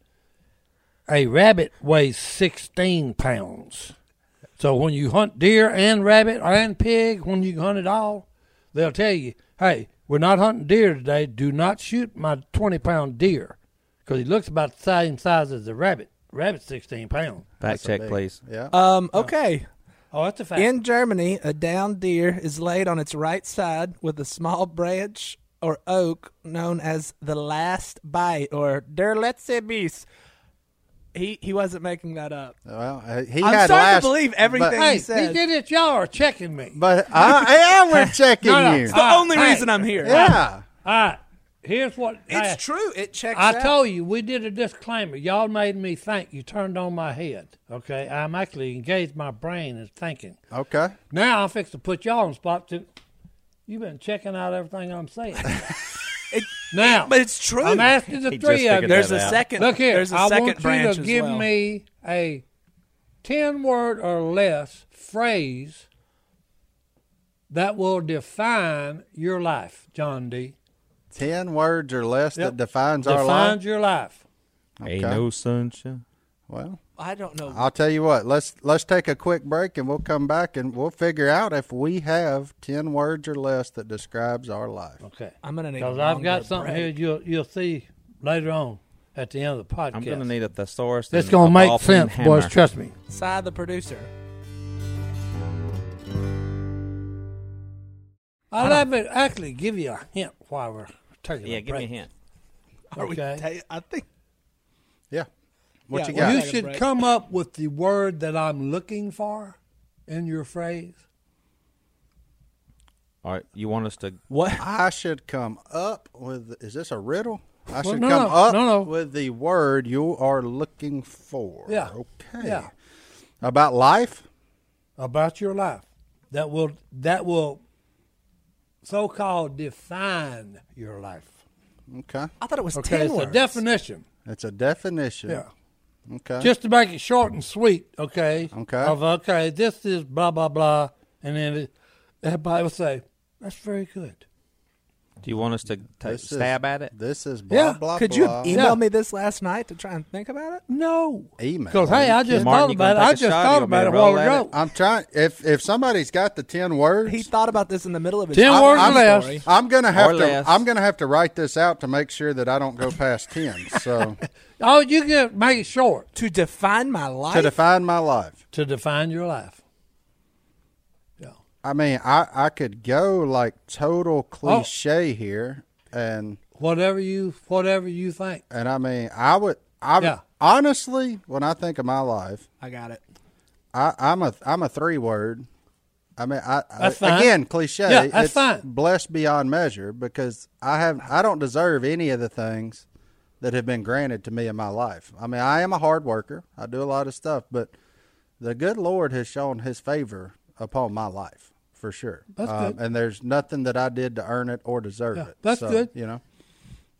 Speaker 1: A rabbit weighs 16 pounds. So when you hunt deer and rabbit and pig, when you hunt it all, they'll tell you, hey, we're not hunting deer today. Do not shoot my 20 pound deer because he looks about the same size as the rabbit. Rabbit's 16 pounds.
Speaker 3: fact check, please.
Speaker 2: Yeah.
Speaker 4: Um, okay.
Speaker 1: Oh, that's a fact.
Speaker 4: In Germany, a downed deer is laid on its right side with a small branch or oak known as the last bite or der letzte Biss. He he wasn't making that up.
Speaker 2: well, uh, he
Speaker 4: I'm
Speaker 2: had
Speaker 4: starting to
Speaker 2: last-
Speaker 4: believe
Speaker 2: but-
Speaker 4: everything
Speaker 1: hey,
Speaker 4: he says.
Speaker 1: he did it. Y'all are checking me.
Speaker 2: But I am. We're checking
Speaker 1: No, no,
Speaker 2: you.
Speaker 1: stop.
Speaker 4: The
Speaker 1: Ah,
Speaker 4: only
Speaker 1: hey.
Speaker 4: reason I'm here.
Speaker 2: Yeah.
Speaker 1: All right. Here's what I-
Speaker 4: It's true. It checks
Speaker 1: I
Speaker 4: out.
Speaker 1: told you we did a disclaimer. Y'all made me think. You turned on my head. Okay, I'm actually engaged my brain in thinking.
Speaker 2: Okay.
Speaker 1: Now I'm fixed to put y'all on the spot. To you've been checking out everything I'm saying.
Speaker 4: It-
Speaker 1: now,
Speaker 4: But it's true.
Speaker 1: I'm asking the
Speaker 3: He just
Speaker 1: three of you.
Speaker 3: figured
Speaker 4: There's
Speaker 3: that
Speaker 4: a
Speaker 3: out.
Speaker 4: second.
Speaker 1: Look here.
Speaker 4: There's a
Speaker 1: I
Speaker 4: second
Speaker 1: want
Speaker 4: branch
Speaker 1: you to
Speaker 4: as
Speaker 1: give
Speaker 4: well.
Speaker 1: me a ten word or less phrase that will define your life, John D.
Speaker 2: Ten words or less
Speaker 1: Yep.
Speaker 2: that defines our
Speaker 1: Defines
Speaker 2: life.
Speaker 1: your life.
Speaker 3: Ain't
Speaker 2: Okay.
Speaker 3: no sunshine.
Speaker 2: Well,
Speaker 4: I don't know.
Speaker 2: I'll tell you what. Let's let's take a quick break and we'll come back and we'll figure out if we have ten words or less that describes our life.
Speaker 1: Okay.
Speaker 4: I'm gonna need.
Speaker 1: Because
Speaker 4: a
Speaker 1: I've got
Speaker 4: longer
Speaker 1: something
Speaker 4: break.
Speaker 1: here you'll you'll see later on at the end of the podcast.
Speaker 3: I'm going to need a thesaurus.
Speaker 1: That's
Speaker 3: going
Speaker 1: gonna
Speaker 3: to
Speaker 1: make sense, boys. Trust me.
Speaker 4: Si, the producer.
Speaker 1: I'll let me actually give you a hint while we're taking.
Speaker 3: Yeah,
Speaker 1: a
Speaker 3: give me
Speaker 1: break.
Speaker 3: a hint.
Speaker 4: Are we?
Speaker 1: Okay.
Speaker 4: ta- I think.
Speaker 2: Yeah. What
Speaker 4: Yeah,
Speaker 2: you
Speaker 4: well,
Speaker 2: got?
Speaker 1: You
Speaker 4: Take a
Speaker 1: should
Speaker 4: break.
Speaker 1: come up with the word that I'm looking for in your phrase.
Speaker 3: All right, you want us to?
Speaker 4: What?
Speaker 2: I should come up with. Is this a riddle? I
Speaker 1: Well,
Speaker 2: should
Speaker 1: no,
Speaker 2: come
Speaker 1: no,
Speaker 2: up
Speaker 1: no, no.
Speaker 2: with the word you are looking for.
Speaker 1: Yeah,
Speaker 2: Okay.
Speaker 1: yeah.
Speaker 2: About life.
Speaker 1: about your life that will that will so-called define your life.
Speaker 2: Okay.
Speaker 4: I thought it was
Speaker 1: Okay,
Speaker 4: ten
Speaker 1: it's
Speaker 4: words.
Speaker 1: a definition.
Speaker 2: It's a definition.
Speaker 1: Yeah.
Speaker 2: Okay.
Speaker 1: Just to make it short and sweet, okay?
Speaker 2: Okay.
Speaker 1: Of okay, this is blah blah blah, and then it, everybody will say that's very good.
Speaker 3: Do you want us to take,
Speaker 2: This is-
Speaker 3: stab at it?
Speaker 2: This is blah
Speaker 1: Yeah. e-
Speaker 2: blah.
Speaker 4: Could you
Speaker 2: blah.
Speaker 4: have emailed
Speaker 1: Yeah.
Speaker 4: me this last night to try and think about it?
Speaker 1: No,
Speaker 2: Email.
Speaker 1: because hey, I just
Speaker 3: Martin,
Speaker 1: thought
Speaker 3: you
Speaker 1: about
Speaker 3: gonna
Speaker 1: it. I
Speaker 3: take a
Speaker 1: just
Speaker 3: shot?
Speaker 1: thought
Speaker 3: You want me
Speaker 1: about
Speaker 3: to
Speaker 1: it a while
Speaker 3: roll at
Speaker 1: ago.
Speaker 2: I'm trying. If if somebody's got the ten words,
Speaker 4: He thought about this in the middle of his
Speaker 1: 10
Speaker 4: I'm-
Speaker 1: words
Speaker 4: I'm
Speaker 1: or less.
Speaker 4: sorry.
Speaker 2: I'm gonna have
Speaker 3: Or
Speaker 2: to.
Speaker 3: less.
Speaker 2: I'm gonna have to write this out to make sure that I don't go past ten. So
Speaker 1: Oh, you can make it short
Speaker 4: To define my life.
Speaker 2: to define my life,
Speaker 1: to define your life. Yeah.
Speaker 2: I mean, I I could go like
Speaker 1: Oh.
Speaker 2: total cliche here, and
Speaker 1: Whatever you whatever you think.
Speaker 2: and I mean, I would. I would-
Speaker 1: Yeah.
Speaker 2: honestly, when I think of my life,
Speaker 4: I got it.
Speaker 2: I, I'm a I'm a three word. I mean, I, I-
Speaker 1: That's fine.
Speaker 2: again cliche.
Speaker 1: Yeah, that's
Speaker 2: it's
Speaker 1: fine.
Speaker 2: Blessed beyond measure because I have I don't deserve any of the things that have been granted to me in my life. I mean, I am a hard worker. I do a lot of stuff, but the good Lord has shown His favor upon my life for sure.
Speaker 1: That's
Speaker 2: Um,
Speaker 1: good.
Speaker 2: And there's nothing that I did to earn it or deserve
Speaker 1: Yeah,
Speaker 2: it.
Speaker 1: that's
Speaker 2: So,
Speaker 1: good.
Speaker 2: You know,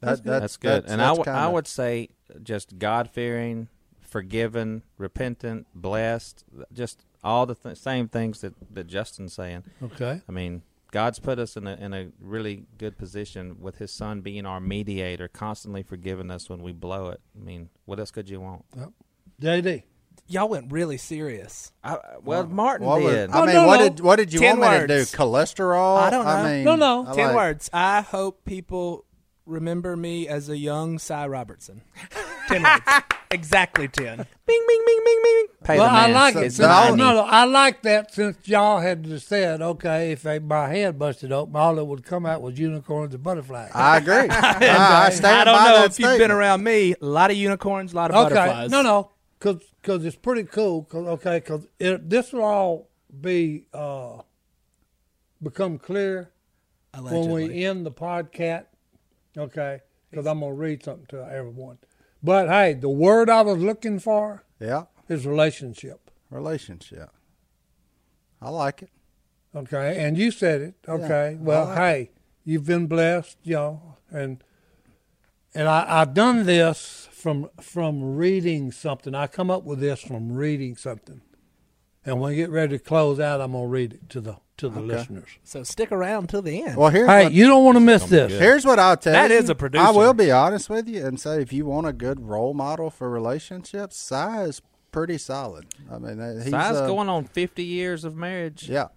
Speaker 2: that's
Speaker 1: good.
Speaker 3: That's good. and I
Speaker 2: that's
Speaker 3: would- I
Speaker 2: kinda-
Speaker 3: would say just God fearing, forgiven, repentant, blessed, just all the th- same things that that Justin's saying.
Speaker 1: Okay.
Speaker 3: I mean, God's put us in a in a really good position with His Son being our mediator, constantly forgiving us when we blow it. I mean, what else could you want?
Speaker 1: Uh, JD.
Speaker 4: Y'all went really serious.
Speaker 3: I, well, Martin
Speaker 2: What was-
Speaker 3: did.
Speaker 2: I
Speaker 1: Oh,
Speaker 2: mean,
Speaker 1: no,
Speaker 2: what
Speaker 1: no.
Speaker 2: did what did you
Speaker 4: Ten
Speaker 2: want me to do?
Speaker 4: words.
Speaker 2: Cholesterol?
Speaker 4: I don't know.
Speaker 2: I mean,
Speaker 1: No, no.
Speaker 2: I
Speaker 4: Ten
Speaker 2: like-
Speaker 4: words. I hope people remember me as a young Cy Robertson. ten words. Exactly ten.
Speaker 3: bing, bing, bing, bing, bing. Pay
Speaker 1: well,
Speaker 3: the man.
Speaker 1: I like it.
Speaker 3: It's
Speaker 1: since-
Speaker 2: all-
Speaker 3: Donnie.
Speaker 1: no, no, I like that since y'all had just said, okay, if they, my head busted open, all that would come out was unicorns and butterflies.
Speaker 2: I agree. I, I stand
Speaker 4: uh, I don't
Speaker 2: by
Speaker 4: know
Speaker 2: that
Speaker 4: if you've been
Speaker 2: statement.
Speaker 4: around me. A lot of unicorns, a lot of
Speaker 1: okay,
Speaker 4: butterflies.
Speaker 1: no, no, because it's pretty cool. 'cause- okay, because this will all be uh, become clear when we end the podcast, okay? Because I'm going to read something to everyone. But hey, the word I was looking for
Speaker 2: Yeah.
Speaker 1: is relationship,
Speaker 2: Relationship. I like it.
Speaker 1: okay? And you said it, okay?
Speaker 2: I
Speaker 1: well,
Speaker 2: like
Speaker 1: hey, you've been blessed, you know, and and I, I've done this from from reading something. I come up with this from reading something. And when we get ready to close out, I'm gonna read it to the to the listeners.
Speaker 4: So stick around till the end.
Speaker 2: Well, here's
Speaker 1: Hey,
Speaker 2: what,
Speaker 1: you don't want to miss this.
Speaker 2: here's what I'll tell
Speaker 4: That
Speaker 2: you.
Speaker 4: is a producer.
Speaker 2: I will be honest with you and say if you want a good role model for relationships, Si is pretty solid. I mean, uh, he's
Speaker 3: So I was
Speaker 2: uh,
Speaker 3: going on 50 years of marriage.
Speaker 2: Yeah.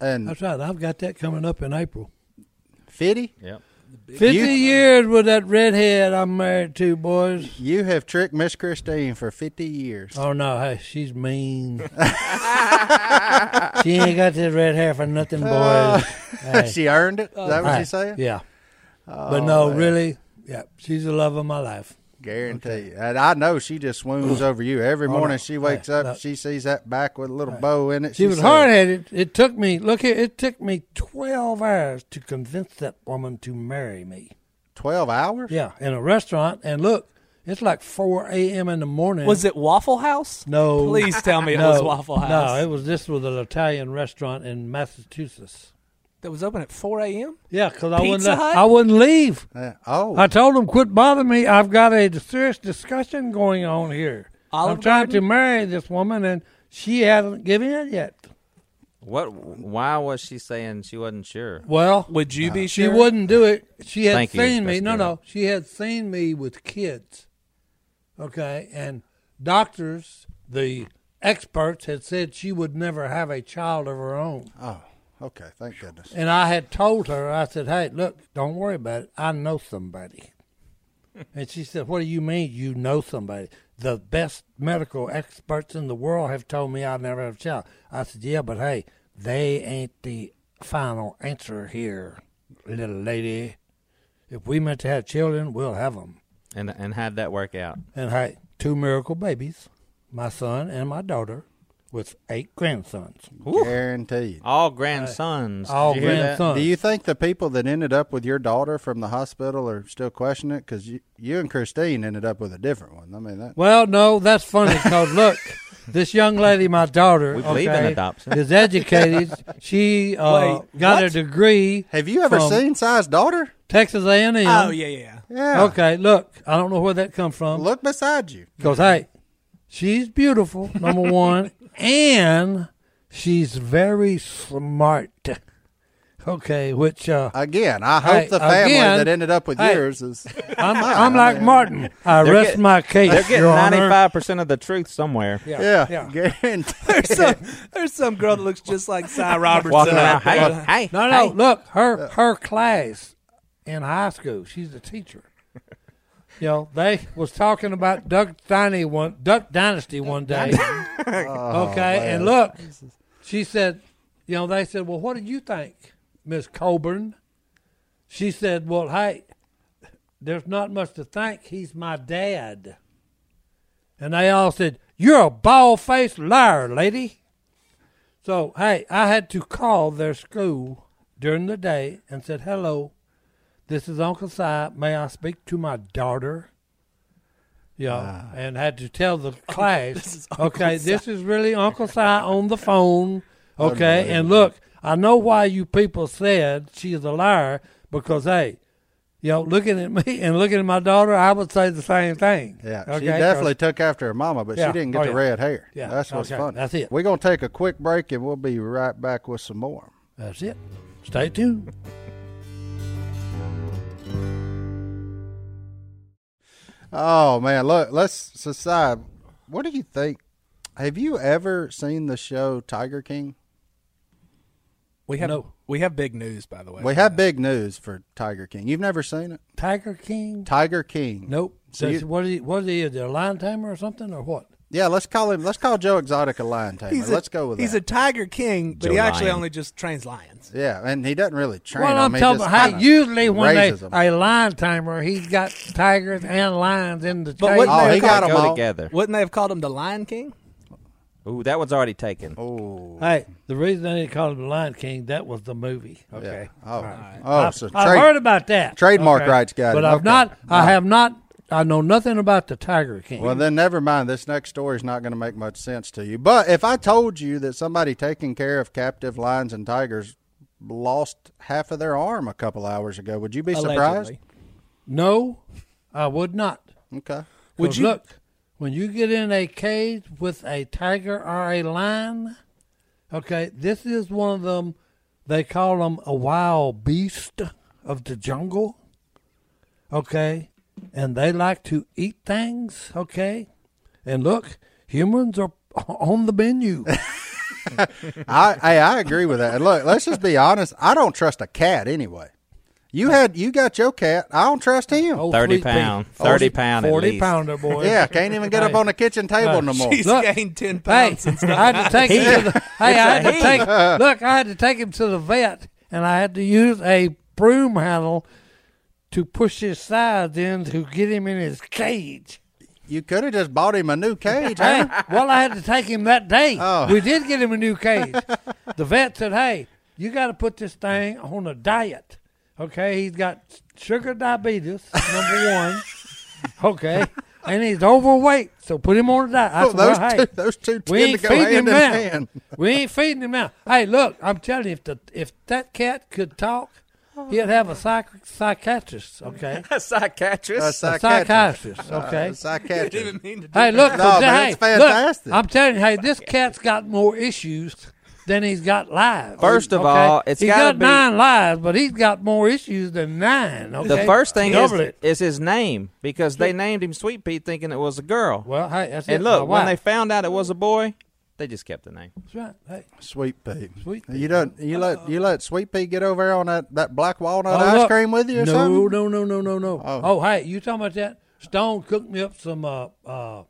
Speaker 2: And
Speaker 1: That's right. I've got that coming up in April.
Speaker 2: Fitty,
Speaker 3: Yep.
Speaker 1: 50 years with that redhead I'm married to, boys.
Speaker 2: you have tricked Miss Christine for 50 years.
Speaker 1: Oh, no. Hey, she's mean. she ain't got this red hair for nothing, boys. Hey,
Speaker 2: she earned it. Is that what
Speaker 1: hey,
Speaker 2: you saying?
Speaker 1: Yeah. but no, really, yeah, she's the love of my life.
Speaker 2: Guarantee. you. And I know she just swoons over you. Every morning she wakes up, she sees that back with a little bow in it.
Speaker 1: She was
Speaker 2: says,
Speaker 1: hard headed. It took me, look here, it took me 12 hours to convince that woman to marry me.
Speaker 2: 12 hours?
Speaker 1: Yeah, in a restaurant. And look, it's like 4 a.m. in the morning.
Speaker 4: was it Waffle House?
Speaker 1: No.
Speaker 4: Please tell me it was Waffle House.
Speaker 1: No, it was this was an Italian restaurant in Massachusetts.
Speaker 4: that was open at 4 a.m.
Speaker 1: Yeah, because I wouldn't
Speaker 4: Pizza
Speaker 1: let-
Speaker 4: Hut?
Speaker 1: I wouldn't leave.
Speaker 2: Yeah. Oh,
Speaker 1: I told them, quit bothering me. I've got a serious discussion going on here.
Speaker 4: Olive
Speaker 1: I'm trying
Speaker 4: Garden?
Speaker 1: to marry this woman, and she hasn't given in yet.
Speaker 3: What? Why was she saying she wasn't sure?
Speaker 1: Well,
Speaker 4: Would you be
Speaker 1: she
Speaker 4: sure?
Speaker 1: wouldn't do it. She had
Speaker 3: Thank you,
Speaker 1: seen me.
Speaker 3: that's
Speaker 1: No,
Speaker 3: good.
Speaker 1: no, she had seen me with kids. Okay, and doctors, the experts, had said she would never have a child of her own.
Speaker 2: oh, okay. Thank goodness.
Speaker 1: And I had told her, I said, hey, look, don't worry about it. I know somebody. and she said, what do you mean you know somebody? The best medical experts in the world have told me I'll never have a child. I said, yeah, but hey, they ain't the final answer here, little lady. If we meant to have children, we'll have them.
Speaker 3: And and how'd that work out?
Speaker 1: And hey, two miracle babies, my son and my daughter, with eight grandsons.
Speaker 2: Guaranteed.
Speaker 3: All grandsons.
Speaker 1: All
Speaker 3: Did you hear that?
Speaker 1: grandsons.
Speaker 2: Do you think the people that ended up with your daughter from the hospital are still questioning it? Because you, you and Christine ended up with a different one. I mean, that,
Speaker 1: Well, no, that's funny because look, this young lady, my daughter,
Speaker 3: We believe in
Speaker 1: okay,
Speaker 3: adoption.
Speaker 1: is educated. She uh,
Speaker 4: Wait,
Speaker 1: got a
Speaker 4: what?
Speaker 1: degree.
Speaker 2: have you ever
Speaker 1: from
Speaker 2: seen Si's daughter?
Speaker 1: Texas A and M?
Speaker 4: Oh yeah, yeah.
Speaker 2: Yeah.
Speaker 1: Okay, look, I don't know where that come from
Speaker 2: Look beside you.
Speaker 1: because hey, she's beautiful, number one, and she's very smart. Okay, which uh,
Speaker 2: Again, I hope
Speaker 1: Hey,
Speaker 2: the family
Speaker 1: again,
Speaker 2: that ended up with
Speaker 1: hey,
Speaker 2: yours is.
Speaker 1: I'm, I'm like Martin. I
Speaker 3: They're
Speaker 1: rest
Speaker 3: getting-
Speaker 1: my case.
Speaker 3: They're getting
Speaker 1: Your Honor.
Speaker 3: ninety-five percent of the truth somewhere.
Speaker 2: Yeah,
Speaker 1: yeah.
Speaker 2: guaranteed.
Speaker 4: There's some, there's some girl that looks just like Si Robertson.
Speaker 3: Walking around,
Speaker 4: out there.
Speaker 3: hey, hey,
Speaker 1: No, no.
Speaker 3: hey.
Speaker 1: Look, her her class in high school. She's a teacher. You know, they was talking about Duck Dynasty one Duck Dynasty one day.
Speaker 3: Oh,
Speaker 1: okay, and look, she said, you know, they said, well, what do you think, Miss Coburn? She said, well, hey, there's not much to think. He's my dad. And they all said, You're a bald faced liar, lady. So, hey, I had to call their school during the day and said, Hello, this is Uncle Si. May I speak to my daughter? Yeah,
Speaker 2: Ah.
Speaker 1: and had to tell the class, okay, this is really Uncle Si on the phone. Okay, and look, I know why you people said she is a liar because, hey, you know, looking at me and looking at my daughter, I would say the same thing.
Speaker 2: Yeah, she
Speaker 1: Okay, 'cause-
Speaker 2: definitely took after her mama, but
Speaker 1: Yeah.
Speaker 2: she didn't get
Speaker 1: Oh,
Speaker 2: the
Speaker 1: yeah.
Speaker 2: red hair.
Speaker 1: Yeah.
Speaker 2: that's what's
Speaker 1: Okay,
Speaker 2: funny.
Speaker 1: that's it.
Speaker 2: We're gonna take a quick break, and we'll be right back with some more.
Speaker 1: That's it. Stay tuned.
Speaker 2: Oh man, look, let's decide. What do you think? Have you ever seen the show Tiger King?
Speaker 4: We have
Speaker 1: No.
Speaker 4: we have big news by the way.
Speaker 2: We have big news for Tiger King. You've never seen it?
Speaker 1: Tiger King?
Speaker 2: Tiger King.
Speaker 1: Nope.
Speaker 2: So
Speaker 1: That's-
Speaker 2: you-
Speaker 1: what is he? What is he? Is he a lion tamer or something or what?
Speaker 2: Yeah, let's call him. Let's call Joe Exotic a lion tamer.
Speaker 4: He's a,
Speaker 2: let's go with
Speaker 4: He's
Speaker 2: that.
Speaker 4: a Tiger King, but
Speaker 3: Joe
Speaker 4: he actually
Speaker 3: Lion.
Speaker 4: only just trains lions.
Speaker 2: yeah, and he doesn't really train
Speaker 1: well,
Speaker 2: them.
Speaker 1: I'm
Speaker 2: He
Speaker 1: talking.
Speaker 2: just
Speaker 1: How
Speaker 2: kinda
Speaker 1: usually when they
Speaker 2: raises them.
Speaker 1: a lion tamer, he's got tigers and lions in the
Speaker 4: But
Speaker 1: cage.
Speaker 4: what-
Speaker 2: oh,
Speaker 4: they
Speaker 2: he
Speaker 4: call
Speaker 2: got
Speaker 3: They
Speaker 2: them
Speaker 3: go
Speaker 2: all.
Speaker 3: together.
Speaker 4: Wouldn't they have called him the Lion King?
Speaker 3: Ooh, that one's already taken.
Speaker 2: Oh.
Speaker 1: Hey, the reason they didn't call it The Lion King, that was the movie. Okay.
Speaker 2: Yeah. Oh.
Speaker 1: I-
Speaker 2: Oh, so
Speaker 1: I've
Speaker 2: trade-
Speaker 1: heard about that.
Speaker 2: trademark
Speaker 1: Okay.
Speaker 2: rights got
Speaker 1: But
Speaker 2: it.
Speaker 1: I've
Speaker 2: Okay.
Speaker 1: not, I have not, I know nothing about the Tiger King.
Speaker 2: Well, then never mind. This next story is not going to make much sense to you. But if I told you that somebody taking care of captive lions and tigers lost half of their arm a couple hours ago, would you be surprised?
Speaker 4: Allegedly.
Speaker 1: no, I would not.
Speaker 2: Okay.
Speaker 1: Would you? Look, when you get in a cage with a tiger or a lion, okay, this is one of them, they call them a wild beast of the jungle, okay, and they like to eat things, okay, and look, humans are on the menu.
Speaker 2: I hey, I agree with that. And look, let's just be honest. I don't trust a cat anyway. You had you got your cat. I don't trust him.
Speaker 1: Oh,
Speaker 3: 30
Speaker 1: sweet pea.
Speaker 3: pound. 30
Speaker 1: Oh,
Speaker 3: pound at
Speaker 1: 40
Speaker 3: least.
Speaker 1: pounder, boy.
Speaker 2: Yeah, can't even get up on the kitchen table no more.
Speaker 4: He's
Speaker 1: Look.
Speaker 4: gained 10
Speaker 1: Hey,
Speaker 4: pounds. since-
Speaker 1: I had to take him to the, hey, I had to take look, I had to take him to the vet and I had to use a broom handle to push his sides in to get him in his cage.
Speaker 2: You could have just bought him a new cage.
Speaker 1: Hey,
Speaker 2: huh?
Speaker 1: well I had to take him that day.
Speaker 2: Oh.
Speaker 1: We did get him a new cage. the vet said, Hey, you gotta put this thing on a diet. Okay, he's got sugar diabetes, number one. Okay. And he's overweight, so put him on a diet. I
Speaker 2: Oh,
Speaker 1: said, well,
Speaker 2: those,
Speaker 1: hey,
Speaker 2: two, those two
Speaker 1: we
Speaker 2: tend to
Speaker 1: ain't
Speaker 2: go
Speaker 1: feeding
Speaker 2: hand in
Speaker 1: him now.
Speaker 2: hand.
Speaker 1: We ain't feeding him now. Hey, look, I'm telling you, if the, if that cat could talk, he'd have a psych, psychiatrist. Okay,
Speaker 3: A psychiatrist.
Speaker 1: a
Speaker 2: Psychiatrist.
Speaker 1: psychiatrist. Okay.
Speaker 2: Uh, psychiatrist.
Speaker 1: hey, look,
Speaker 2: No,
Speaker 1: so-
Speaker 2: man,
Speaker 1: hey,
Speaker 2: it's fantastic.
Speaker 1: Look, I'm telling you, hey, this cat's got more issues than he's got lives.
Speaker 3: First of
Speaker 1: okay?
Speaker 3: all, it's
Speaker 1: he's
Speaker 3: gotta
Speaker 1: got
Speaker 3: be-
Speaker 1: nine lives, but he's got more issues than nine. Okay,
Speaker 3: The first thing is,
Speaker 1: Double it.
Speaker 3: is his name because they named him Sweet Pea thinking it was a girl.
Speaker 1: Well, hey, that's it.
Speaker 3: and
Speaker 1: my
Speaker 3: look, when they
Speaker 1: wife.
Speaker 3: found out it was a boy, they just kept the name.
Speaker 1: That's right. Hey,
Speaker 2: Sweet pea.
Speaker 1: Sweet pea.
Speaker 2: You don't. You let you let sweet pea get over there on that, that black walnut
Speaker 1: Oh,
Speaker 2: ice
Speaker 1: look.
Speaker 2: cream with you or
Speaker 1: no,
Speaker 2: something.
Speaker 1: No, no, no, no, no.
Speaker 2: Oh.
Speaker 1: Oh. hey, you talking about that? Stone cooked me up some uh, uh,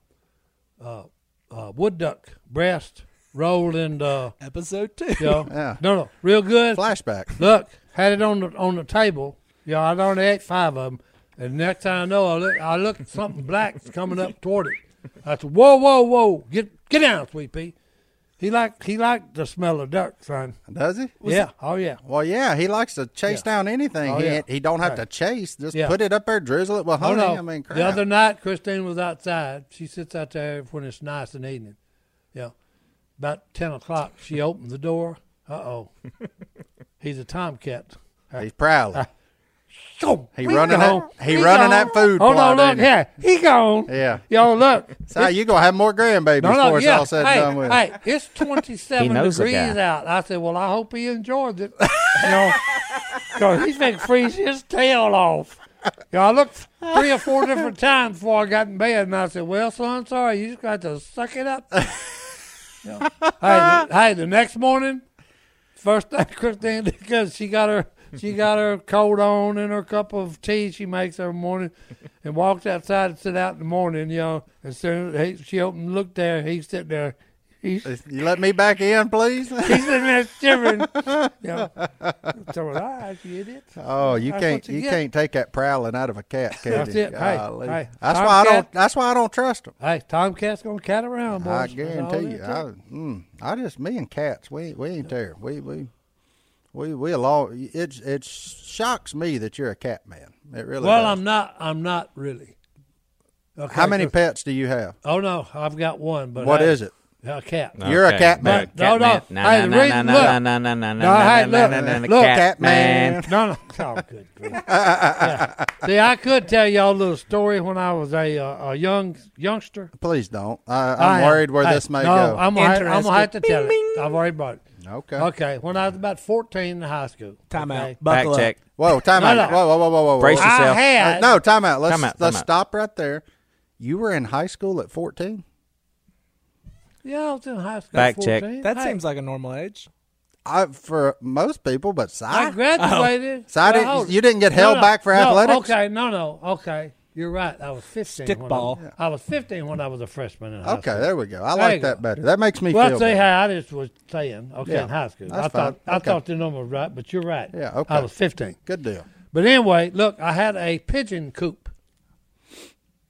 Speaker 1: uh, uh, wood duck breast rolled in the,
Speaker 4: Episode 2.
Speaker 1: you know,
Speaker 2: Yeah.
Speaker 1: no, no, real good.
Speaker 2: Flashback.
Speaker 1: Look, had it on the on the table. Yeah, I'd only ate five of them, and next thing I know, I look, I look something black's coming up toward it. I said, "Whoa, whoa, whoa! Get get down, sweet pea." He liked he liked the smell of duck, son.
Speaker 2: Does he?
Speaker 1: yeah, oh yeah.
Speaker 2: Well, yeah, he likes to chase
Speaker 1: Yeah.
Speaker 2: down anything.
Speaker 1: Oh,
Speaker 2: he
Speaker 1: yeah.
Speaker 2: ain't- he don't have to
Speaker 1: Right.
Speaker 2: chase. Just
Speaker 1: Yeah.
Speaker 2: put it up there, drizzle it with
Speaker 1: Oh
Speaker 2: honey.
Speaker 1: no!
Speaker 2: I mean, crap.
Speaker 1: the other night, Christine was outside. She sits out there when it's nice and evening. Yeah, about ten o'clock, she opened the door. Uh oh, he's a tomcat.
Speaker 2: he's prowling.
Speaker 1: Go,
Speaker 2: He running that- he running that food
Speaker 1: Oh no!
Speaker 2: plot,
Speaker 1: Look,
Speaker 2: ain't he?
Speaker 1: yeah, he gone.
Speaker 2: Yeah.
Speaker 1: yo, look.
Speaker 2: So you gonna have more grandbabies
Speaker 1: No, no,
Speaker 2: before it's
Speaker 1: yeah.
Speaker 2: all said
Speaker 1: hey,
Speaker 2: and done with.
Speaker 1: hey, it's twenty-seven
Speaker 3: He knows the
Speaker 1: degrees
Speaker 3: guy.
Speaker 1: out. I said, well, I hope he enjoys it. you know, 'cause he's gonna freeze his tail off. You know, I looked three or four different times before I got in bed, and I said, well, son, sorry, you just got to suck it up. You know, hey, the, hey, the next morning, first thing Christine did because she got her she got her coat on and her cup of tea she makes every morning, and walked outside and sit out in the morning. You know, as soon as he, she opened, and looked there, he's sitting there. He's, he's
Speaker 2: You let me back in, please.
Speaker 1: sitting there shivering. You know, so I, you idiot.
Speaker 2: Oh, you
Speaker 1: That's
Speaker 2: can't
Speaker 1: what you
Speaker 2: you,
Speaker 1: get.
Speaker 2: can't take that prowling out of a cat, can
Speaker 1: That's
Speaker 2: you?
Speaker 1: it. Hey,
Speaker 2: Golly.
Speaker 1: hey,
Speaker 2: That's
Speaker 1: I'm
Speaker 2: why I
Speaker 1: cat.
Speaker 2: don't. That's why I don't trust them.
Speaker 1: Hey, Tomcat's gonna cat around, boys.
Speaker 2: I
Speaker 1: That's all
Speaker 2: guarantee
Speaker 1: it
Speaker 2: you. I,
Speaker 1: is.
Speaker 2: mm, I just me and cats. We we ain't there. We we we we along. It it shocks me that you're a cat man. It really.
Speaker 1: well,
Speaker 2: does.
Speaker 1: I'm not. I'm not really. Okay,
Speaker 2: How many
Speaker 1: 'cause-
Speaker 2: pets do you have?
Speaker 1: Oh no, I've got one. But
Speaker 2: What
Speaker 1: hey,
Speaker 2: is it?
Speaker 1: A cat.
Speaker 2: You're a cat
Speaker 1: man. No, no. Hey, the reason- look. No, hey, look, look,
Speaker 2: cat
Speaker 3: Cat
Speaker 2: man.
Speaker 3: man.
Speaker 1: No, no. Oh, good. grief. Yeah. See, I could tell y'all a little story when I was a uh, a young youngster.
Speaker 2: Please don't. I, I'm
Speaker 1: I am-
Speaker 2: worried where
Speaker 1: hey,
Speaker 2: this may
Speaker 1: no,
Speaker 2: go.
Speaker 1: I'm gonna, have- I'm gonna have to tell
Speaker 4: Interested.
Speaker 1: it. I've already brought it.
Speaker 2: okay.
Speaker 1: Okay, when I was about 14 in high school.
Speaker 4: Time
Speaker 1: okay,
Speaker 4: out.
Speaker 3: Fact
Speaker 4: Buckle
Speaker 3: check.
Speaker 4: up.
Speaker 2: Whoa, time
Speaker 1: No,
Speaker 2: out.
Speaker 1: no.
Speaker 2: Whoa, whoa, whoa, whoa, whoa.
Speaker 3: Brace
Speaker 2: whoa.
Speaker 3: yourself.
Speaker 1: I had
Speaker 2: Uh, no, time out. Let's
Speaker 3: Time out, time
Speaker 2: let's
Speaker 3: out.
Speaker 2: stop right there. You were in high school at 14.
Speaker 1: Yeah, I was in high school.
Speaker 3: Fact
Speaker 1: at
Speaker 3: check.
Speaker 1: 14.
Speaker 4: That
Speaker 1: Hey,
Speaker 4: seems like a normal age.
Speaker 2: I for most people, but Si,
Speaker 1: I graduated.
Speaker 2: So I
Speaker 1: Well,
Speaker 2: didn't-
Speaker 1: hold-
Speaker 2: you didn't get held
Speaker 1: no,
Speaker 2: back for
Speaker 1: no,
Speaker 2: athletics?
Speaker 1: Okay, no, no, okay. You're right. I was 15. when I was-
Speaker 4: Stickball.
Speaker 1: I was 15 when I was a freshman in high school.
Speaker 2: okay, there we go. I
Speaker 1: There
Speaker 2: like
Speaker 1: you go.
Speaker 2: that better. That makes me
Speaker 1: Well,
Speaker 2: feel.
Speaker 1: see
Speaker 2: better.
Speaker 1: how I just was saying, okay,
Speaker 2: Yeah,
Speaker 1: in high school.
Speaker 2: that's
Speaker 1: I thought
Speaker 2: fine.
Speaker 1: I
Speaker 2: Okay.
Speaker 1: thought the number was right, but you're right.
Speaker 2: Yeah, okay.
Speaker 1: I was 15.
Speaker 2: Good deal.
Speaker 1: But anyway, look, I had a pigeon coop.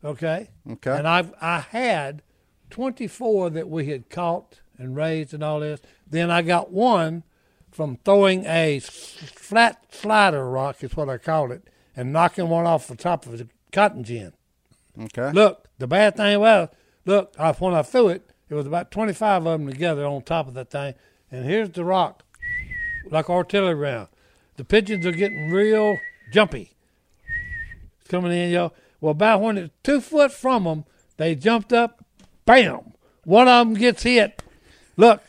Speaker 1: Okay.
Speaker 2: Okay.
Speaker 1: And I I had 24 that we had caught and raised and all this. Then I got one from throwing a s- flat slider rock, is what I call it, and knocking one off the top of the cotton gin.
Speaker 2: Okay.
Speaker 1: Look, the bad thing was, look, I, when I threw it, it was about 25 of them together on top of that thing. And here's the rock, like artillery round. The pigeons are getting real jumpy. It's coming in, yo. Well, about when it's two foot from them, they jumped up, bam. One of them gets hit. Look,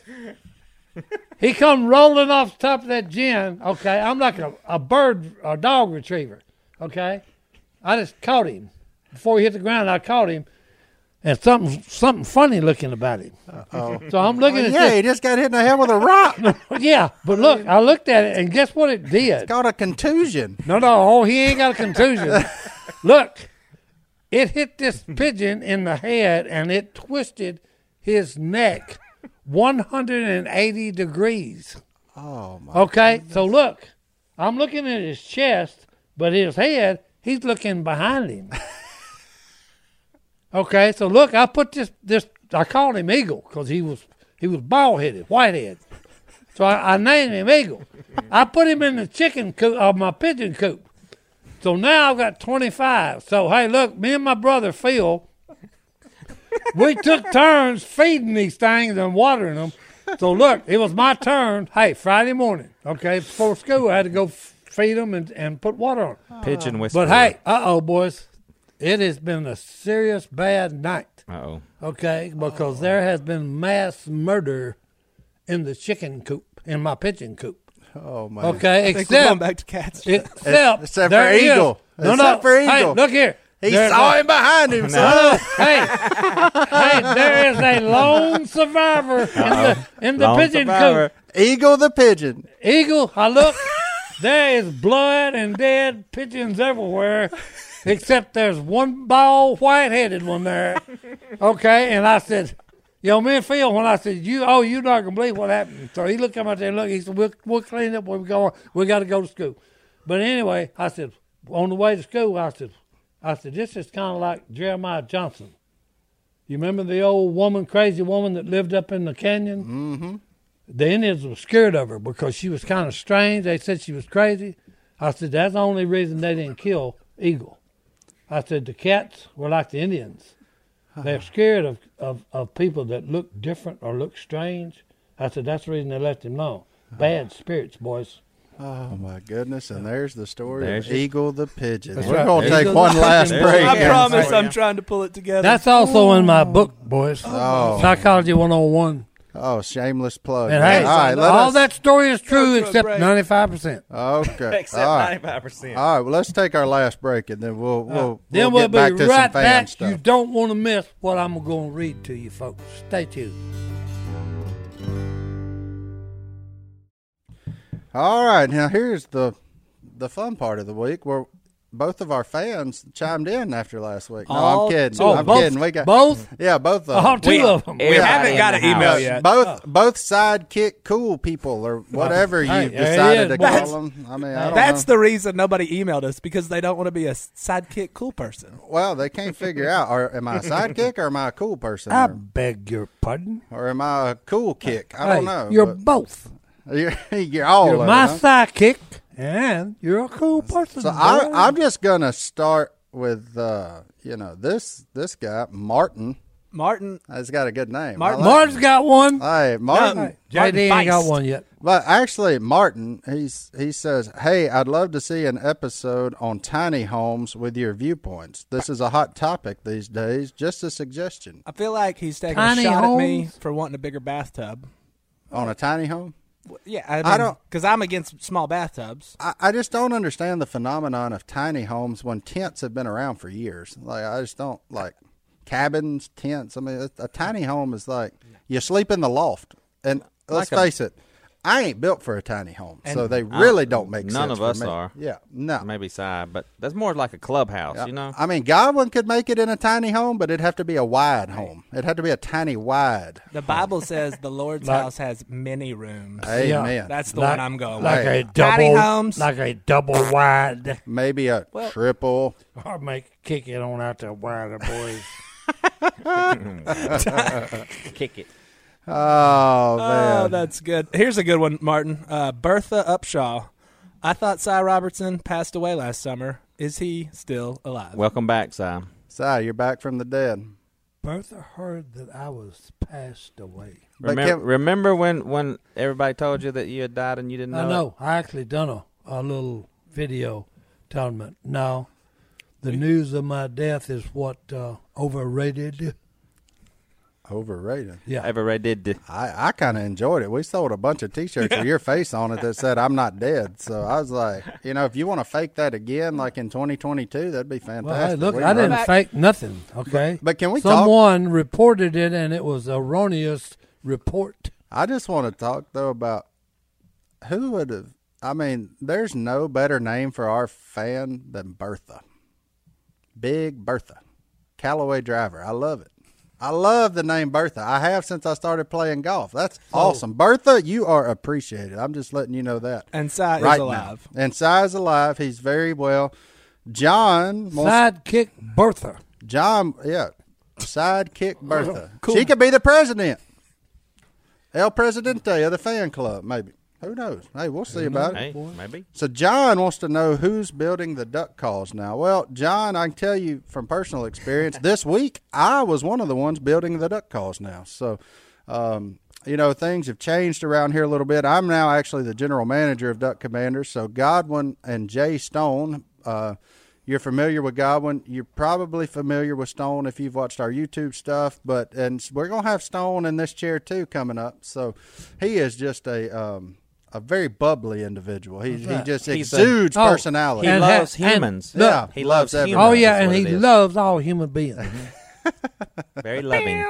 Speaker 1: he come rolling off the top of that gin. Okay, I'm like a, a bird, a dog retriever. Okay, I just caught him before he hit the ground. I caught him, and something something funny looking about him. So I'm looking at
Speaker 2: yeah,
Speaker 1: this.
Speaker 2: he just got hit in the head with a rock.
Speaker 1: Yeah, but look, I looked at it, and guess what it did?
Speaker 2: Got a contusion.
Speaker 1: No, no, oh, he ain't got a contusion. Look, it hit this pigeon in the head and it twisted his neck 180 degrees.
Speaker 2: Oh my!
Speaker 1: Okay, so look, I'm looking at his chest, but his head, he's looking behind him. okay, so look, I put this this I called him Eagle because he was he was bald headed, white head. So I, I named him Eagle. I put him in the chicken coop of my pigeon coop. So now I've got 25. So hey, look, me and my brother Phil, we took turns feeding these things and watering them. So look, it was my turn. Hey, Friday morning, okay, before school, I had to go f- feed them and, and put water on. 'em.
Speaker 3: Pigeon whisperer.
Speaker 1: But hey, uh oh, boys, it has been a serious bad night,
Speaker 3: Uh oh.
Speaker 1: okay, because there has been mass murder in the chicken coop, in my pigeon coop.
Speaker 2: Oh my!
Speaker 1: Okay,
Speaker 4: I think we're going
Speaker 1: except
Speaker 4: back to cats.
Speaker 1: except
Speaker 2: Except for
Speaker 1: there is-
Speaker 2: Eagle.
Speaker 1: No, no,
Speaker 2: Except for
Speaker 1: Hey,
Speaker 2: Eagle.
Speaker 1: look here.
Speaker 2: He
Speaker 1: There-
Speaker 2: saw him behind him. son.
Speaker 1: Oh, hey, hey, there is a lone survivor in the, in the
Speaker 3: Lone
Speaker 1: pigeon
Speaker 3: survivor.
Speaker 1: coop.
Speaker 2: Eagle the pigeon.
Speaker 1: Eagle, I look, there is blood and dead pigeons everywhere, except there's one bald, white headed one there. Okay, and I said, Yo, me and Phil, when I said, you, oh, you're not going to believe what happened. So he looked come out there and look, he said, We'll, we'll clean up where we're going. We got to go to school. But anyway, I said, On the way to school, I said, I said, This is kind of like Jeremiah Johnson. You remember the old woman, crazy woman that lived up in the canyon? the Indians were scared of her because she was kind of strange. They said she was crazy. I said, that's the only reason they didn't kill Eagle. I said, the cats were like the Indians. They're scared of, of, of people that look different or look strange. I said, that's the reason they left him alone. Bad spirits, boys.
Speaker 2: Oh my goodness! And there's the story
Speaker 3: There's
Speaker 2: of
Speaker 3: your-
Speaker 2: Eagle the pigeon.
Speaker 1: That's
Speaker 2: We're
Speaker 1: right.
Speaker 2: gonna
Speaker 1: Eagle
Speaker 2: take
Speaker 1: the
Speaker 2: one
Speaker 1: pigeon.
Speaker 2: last
Speaker 1: There's-
Speaker 2: break.
Speaker 4: I
Speaker 3: Yeah,
Speaker 4: promise
Speaker 3: sorry,
Speaker 4: I'm
Speaker 3: yeah.
Speaker 4: trying to pull it together.
Speaker 1: That's also in my book, boys.
Speaker 2: Oh.
Speaker 1: Psychology 101.
Speaker 2: Oh, shameless plug.
Speaker 1: And hey,
Speaker 2: all right, let
Speaker 1: all
Speaker 2: us-
Speaker 1: that story is true
Speaker 4: to a
Speaker 1: except
Speaker 4: break.
Speaker 1: 95%.
Speaker 2: Okay.
Speaker 3: Except
Speaker 2: all right.
Speaker 3: 95%.
Speaker 2: All right. Well, let's take our last break, and then we'll we'll,
Speaker 1: Uh, then
Speaker 2: we'll
Speaker 1: we'll,
Speaker 2: get back
Speaker 1: be
Speaker 2: to
Speaker 1: right
Speaker 2: some fan
Speaker 1: back. You
Speaker 2: stuff.
Speaker 1: don't want to miss what I'm going to read to you, folks. Stay tuned.
Speaker 2: All right. Now here's the the fun part of the week where both of our fans chimed in after last week. No,
Speaker 4: All
Speaker 2: I'm kidding.
Speaker 4: two. Oh,
Speaker 2: I'm
Speaker 1: both-
Speaker 2: kidding. We got
Speaker 1: both?
Speaker 2: Yeah, both of
Speaker 1: All
Speaker 2: them.
Speaker 1: two of them.
Speaker 3: We haven't got an email
Speaker 2: Yes, Both
Speaker 1: Oh.
Speaker 2: both sidekick cool people or whatever
Speaker 1: Hey,
Speaker 2: you
Speaker 1: there he
Speaker 2: decided to
Speaker 1: is,
Speaker 2: call
Speaker 1: boys.
Speaker 2: them. I mean, I don't
Speaker 4: That's
Speaker 2: know.
Speaker 4: the reason nobody emailed us because they don't want to be a sidekick cool person.
Speaker 2: well, they can't figure out. Or am I a sidekick or am I a cool person?
Speaker 1: I
Speaker 2: Or,
Speaker 1: beg your pardon.
Speaker 2: or am I a cool kick? I don't
Speaker 1: Hey,
Speaker 2: know.
Speaker 1: You're
Speaker 2: but-
Speaker 1: both.
Speaker 2: You're, you're all
Speaker 1: You're
Speaker 2: of
Speaker 1: my
Speaker 2: it, huh?
Speaker 1: sidekick, and you're a cool person.
Speaker 2: So I,
Speaker 1: boy.
Speaker 2: I'm just gonna start with uh, you know this this guy Martin
Speaker 4: Martin,
Speaker 2: has got a good name.
Speaker 4: Martin-
Speaker 2: I like-
Speaker 1: Martin's got one.
Speaker 2: Hey Martin,
Speaker 4: No.
Speaker 1: JD
Speaker 4: Martin
Speaker 1: ain't got
Speaker 4: Feist.
Speaker 1: one yet.
Speaker 2: but actually Martin, he's he says, "Hey, I'd love to see an episode on tiny homes with your viewpoints. This is a hot topic these days. Just a suggestion
Speaker 4: I feel like he's taking
Speaker 1: Tiny
Speaker 4: a shot at me
Speaker 1: homes?
Speaker 4: for wanting a bigger bathtub.
Speaker 2: on a tiny home.
Speaker 4: Well, Yeah, I, mean,
Speaker 2: I don't-
Speaker 4: because I'm against small bathtubs.
Speaker 2: I, I just don't understand the phenomenon of tiny homes when tents have been around for years. Like I just don't like cabins, tents. I mean, a, a tiny home is like you sleep in the loft, and let's face it, I ain't built for a tiny home, so they really don't make sense.
Speaker 3: none of
Speaker 2: for
Speaker 3: us
Speaker 2: me.
Speaker 3: are.
Speaker 2: Yeah, no.
Speaker 3: Maybe side, but that's more like a clubhouse, you know?
Speaker 2: I mean, Godwin could make it in a tiny home, but it'd have to be a wide home. It'd have to be a tiny wide.
Speaker 4: The Bible says the Lord's house has many rooms.
Speaker 2: Amen.
Speaker 4: That's the
Speaker 1: Like-
Speaker 4: one I'm going
Speaker 1: Like
Speaker 4: with.
Speaker 2: Hey.
Speaker 1: a double,
Speaker 4: homes.
Speaker 1: like a double wide,
Speaker 2: Maybe a triple.
Speaker 1: or make kick it on out there wider, boys.
Speaker 3: Kick it.
Speaker 2: Oh man.
Speaker 4: Oh, that's good. Here's a good one, Martin. Uh, Bertha Upshaw. I thought Cy Robertson passed away last summer. Is he still alive?
Speaker 3: Welcome back, Si.
Speaker 2: Si, you're back from the dead.
Speaker 1: Bertha heard that I was passed away.
Speaker 2: But
Speaker 3: Remember,
Speaker 2: can-
Speaker 3: remember when, when everybody told you that you had died and you didn't know?
Speaker 1: I
Speaker 3: it?
Speaker 1: know. I actually done a, a little video telling me no, the news of my death is what uh, overrated.
Speaker 2: Overrated.
Speaker 1: Yeah,
Speaker 3: Everybody did. the-
Speaker 2: I, I kind of enjoyed it. We sold a bunch of T-shirts with your face on it that said "I'm not dead." So I was like, you know, if you want to fake that again, like in 2022, that'd be fantastic.
Speaker 1: Well, hey, look,
Speaker 2: We
Speaker 1: I
Speaker 2: can
Speaker 1: didn't
Speaker 2: run-
Speaker 1: fake nothing. Okay,
Speaker 2: But can we talk?
Speaker 1: someone reported it, and it was erroneous report.
Speaker 2: I just want to talk though about who would have. I mean, there's no better name for our fan than Bertha, Big Bertha, Callaway Driver. I love it. I love the name Bertha. I have since I started playing golf. That's
Speaker 1: Oh.
Speaker 2: awesome, Bertha. You are appreciated. I'm just letting you know that.
Speaker 4: And Cy is alive.
Speaker 2: Now. Uh, And Cy is alive. He's very well. John wants
Speaker 1: Sidekick Bertha.
Speaker 2: John, yeah, sidekick Bertha.
Speaker 4: Cool.
Speaker 2: She could be the president, El Presidente of the fan club, maybe. Who knows? Hey, we'll see about it.
Speaker 3: Hey, maybe.
Speaker 2: So John wants to know who's building the duck calls now. Well, John, I can tell you from personal experience, this week I was one of the ones building the duck calls now. So, um, you know, things have changed around here a little bit. I'm now actually the general manager of Duck Commanders. So Godwin and Jay Stone, uh, you're familiar with Godwin. You're probably familiar with Stone if you've watched our YouTube stuff. But and we're gonna have Stone in this chair too coming up. So he is just a um, a very bubbly individual. He, he just
Speaker 3: He's a-
Speaker 2: exudes
Speaker 1: Oh,
Speaker 2: personality.
Speaker 3: He
Speaker 1: And ha-
Speaker 3: loves
Speaker 1: and-
Speaker 3: humans.
Speaker 2: look. Yeah,
Speaker 3: he
Speaker 2: loves
Speaker 3: loves
Speaker 2: everybody.
Speaker 3: humans.
Speaker 1: Oh yeah,
Speaker 3: is
Speaker 1: and
Speaker 3: what
Speaker 1: he
Speaker 3: it is.
Speaker 1: loves all human beings.
Speaker 2: Mm-hmm.
Speaker 3: Very loving.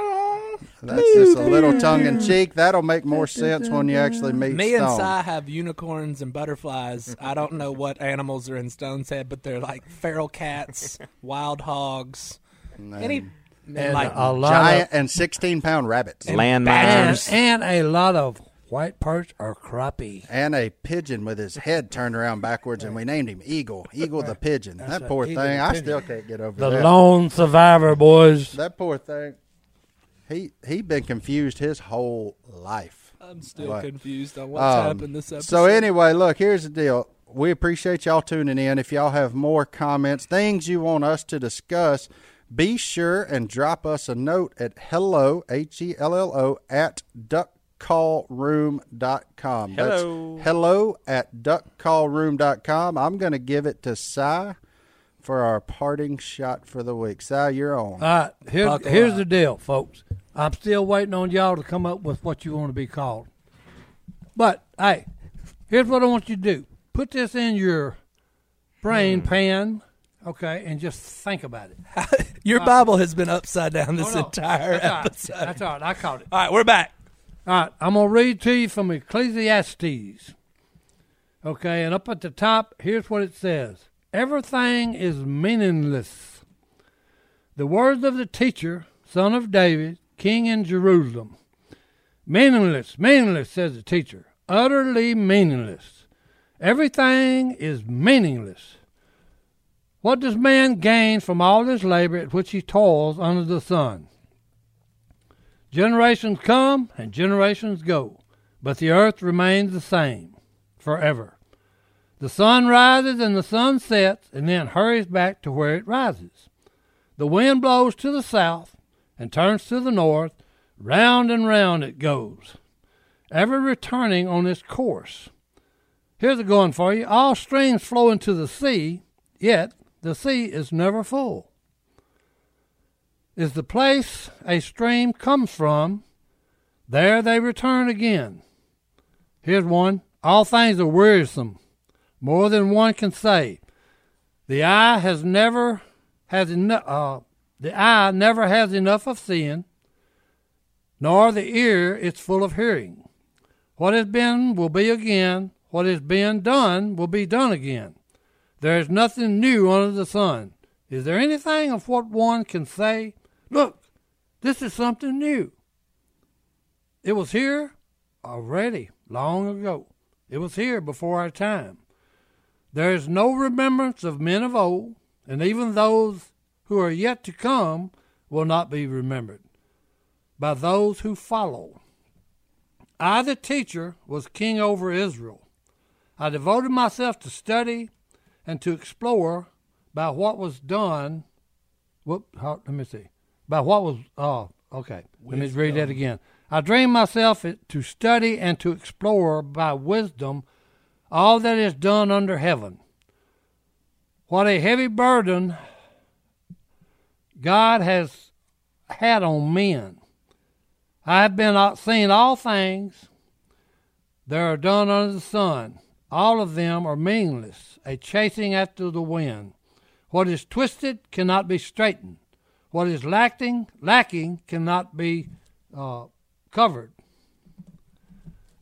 Speaker 2: That's just a little tongue in cheek. That'll make more sense when you actually meet
Speaker 4: Me
Speaker 2: Stone.
Speaker 4: and Cy have unicorns and butterflies. I don't know what animals are in Stone's head, but they're like feral cats, wild hogs, any
Speaker 1: And
Speaker 4: like
Speaker 2: uh,
Speaker 1: a lot
Speaker 2: Giant
Speaker 1: of,
Speaker 2: and sixteen pound rabbits.
Speaker 1: and,
Speaker 3: Landmines.
Speaker 1: and a lot of white perch or crappie.
Speaker 2: and a pigeon with his head turned around backwards, and we named him Eagle. Eagle the pigeon. that
Speaker 1: right,
Speaker 2: poor thing.
Speaker 1: Eagle the
Speaker 2: I
Speaker 1: pigeon.
Speaker 2: still can't get over
Speaker 1: The
Speaker 2: that.
Speaker 1: lone survivor, boys.
Speaker 2: that poor thing. He he been confused his whole life.
Speaker 4: I'm still
Speaker 2: Right.
Speaker 4: confused on what's
Speaker 2: Um,
Speaker 4: happened this episode.
Speaker 2: So anyway, look, here's the deal. We appreciate y'all tuning in. If y'all have more comments, things you want us to discuss, be sure and drop us a note at hello, H E L L O, at duckcallroom.com.
Speaker 3: Hello.
Speaker 2: That's hello at duckcallroom.com. I'm going to give it to Cy for our parting shot for the week. Cy, you're on.
Speaker 1: All right, here,
Speaker 4: Buckle
Speaker 1: here's
Speaker 4: up.
Speaker 1: the deal, folks. I'm still waiting on y'all to come up with what you want to be called. But hey, here's what I want you to do: put this in your brain pan, okay, and just think about it.
Speaker 2: Uh,
Speaker 4: your Bible has been upside down this
Speaker 1: Hold on.
Speaker 4: entire
Speaker 1: That's all right.
Speaker 4: episode.
Speaker 1: That's all right. I caught it.
Speaker 4: All right, we're back.
Speaker 1: All right, I'm going to read to you from Ecclesiastes. Okay, and up at the top, here's what it says Everything is meaningless. The words of the teacher, son of David, king in Jerusalem. Meaningless, meaningless, says the teacher. Utterly meaningless. Everything is meaningless. What does man gain from all this labor at which he toils under the sun? Generations come and generations go, but the earth remains the same forever. The sun rises and the sun sets and then hurries back to where it rises. The wind blows to the south and turns to the north. Round and round it goes, ever returning on its course. Here's a going for you. All streams flow into the sea, yet the sea is never full is the place a stream comes from. There they return again. Here's one. All things are wearisome, more than one can say. The eye has never has enough. Uh, the eye never has enough of seeing, nor the ear is full of hearing. What has been will be again. What has been done will be done again. There is nothing new under the sun. Is there anything of what one can say? Look, this is something new. It was here already long ago. It was here before our time. There is no remembrance of men of old, and even those who are yet to come will not be remembered by those who follow. I, the teacher, was king over Israel. I devoted myself to study and to explore by what was done. Whoop, how, let me see. By what was, oh, okay. Let me read that again. I dreamed myself it- to study and to explore by wisdom all that is done under heaven. What a heavy burden God has had on men. I have been out- seen all things that are done under the sun. All of them are meaningless, a chasing after the wind. What is twisted cannot be straightened. What is lacking, lacking cannot be uh, covered.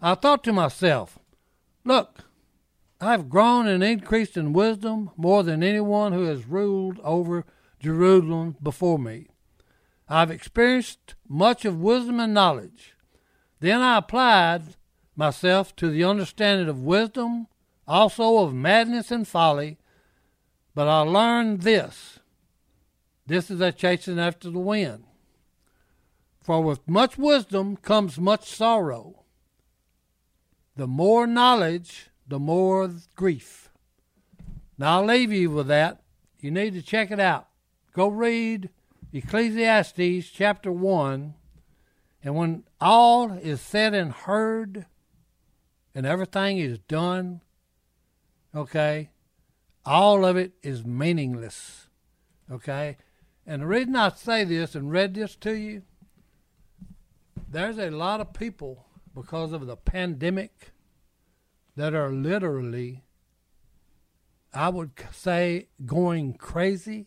Speaker 1: I thought to myself, look, I have grown and increased in wisdom more than anyone who has ruled over Jerusalem before me. I have experienced much of wisdom and knowledge. Then I applied myself to the understanding of wisdom, also of madness and folly. But I learned this this is a chasing after the wind. For with much wisdom comes much sorrow. The more knowledge, the more grief. Now I'll leave you with that. You need to check it out. Go read Ecclesiastes chapter 1. And when all is said and heard and everything is done, okay, all of it is meaningless. Okay? And the reason I say this and read this to you, there's a lot of people because of the pandemic that are literally, I would c- say, going crazy.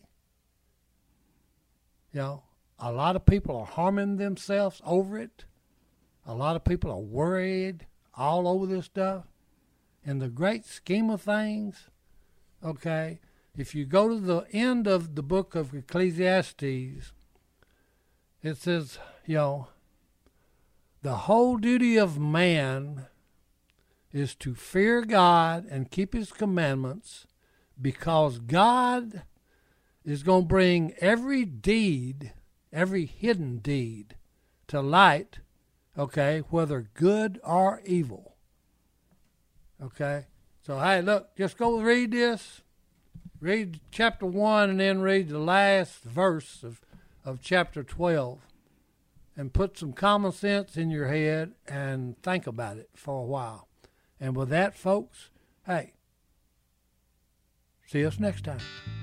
Speaker 1: You know, a lot of people are harming themselves over it. A lot of people are worried all over this stuff. In the great scheme of things, okay, if you go to the end of the book of Ecclesiastes, it says, you know, the whole duty of man is to fear God and keep his commandments because God is going to bring every deed, every hidden deed, to light, okay, whether good or evil. Okay? So, hey, look, just go read this. Read chapter 1 and then read the last verse of, of chapter 12 and put some common sense in your head and think about it for a while. And with that, folks, hey, see us next time.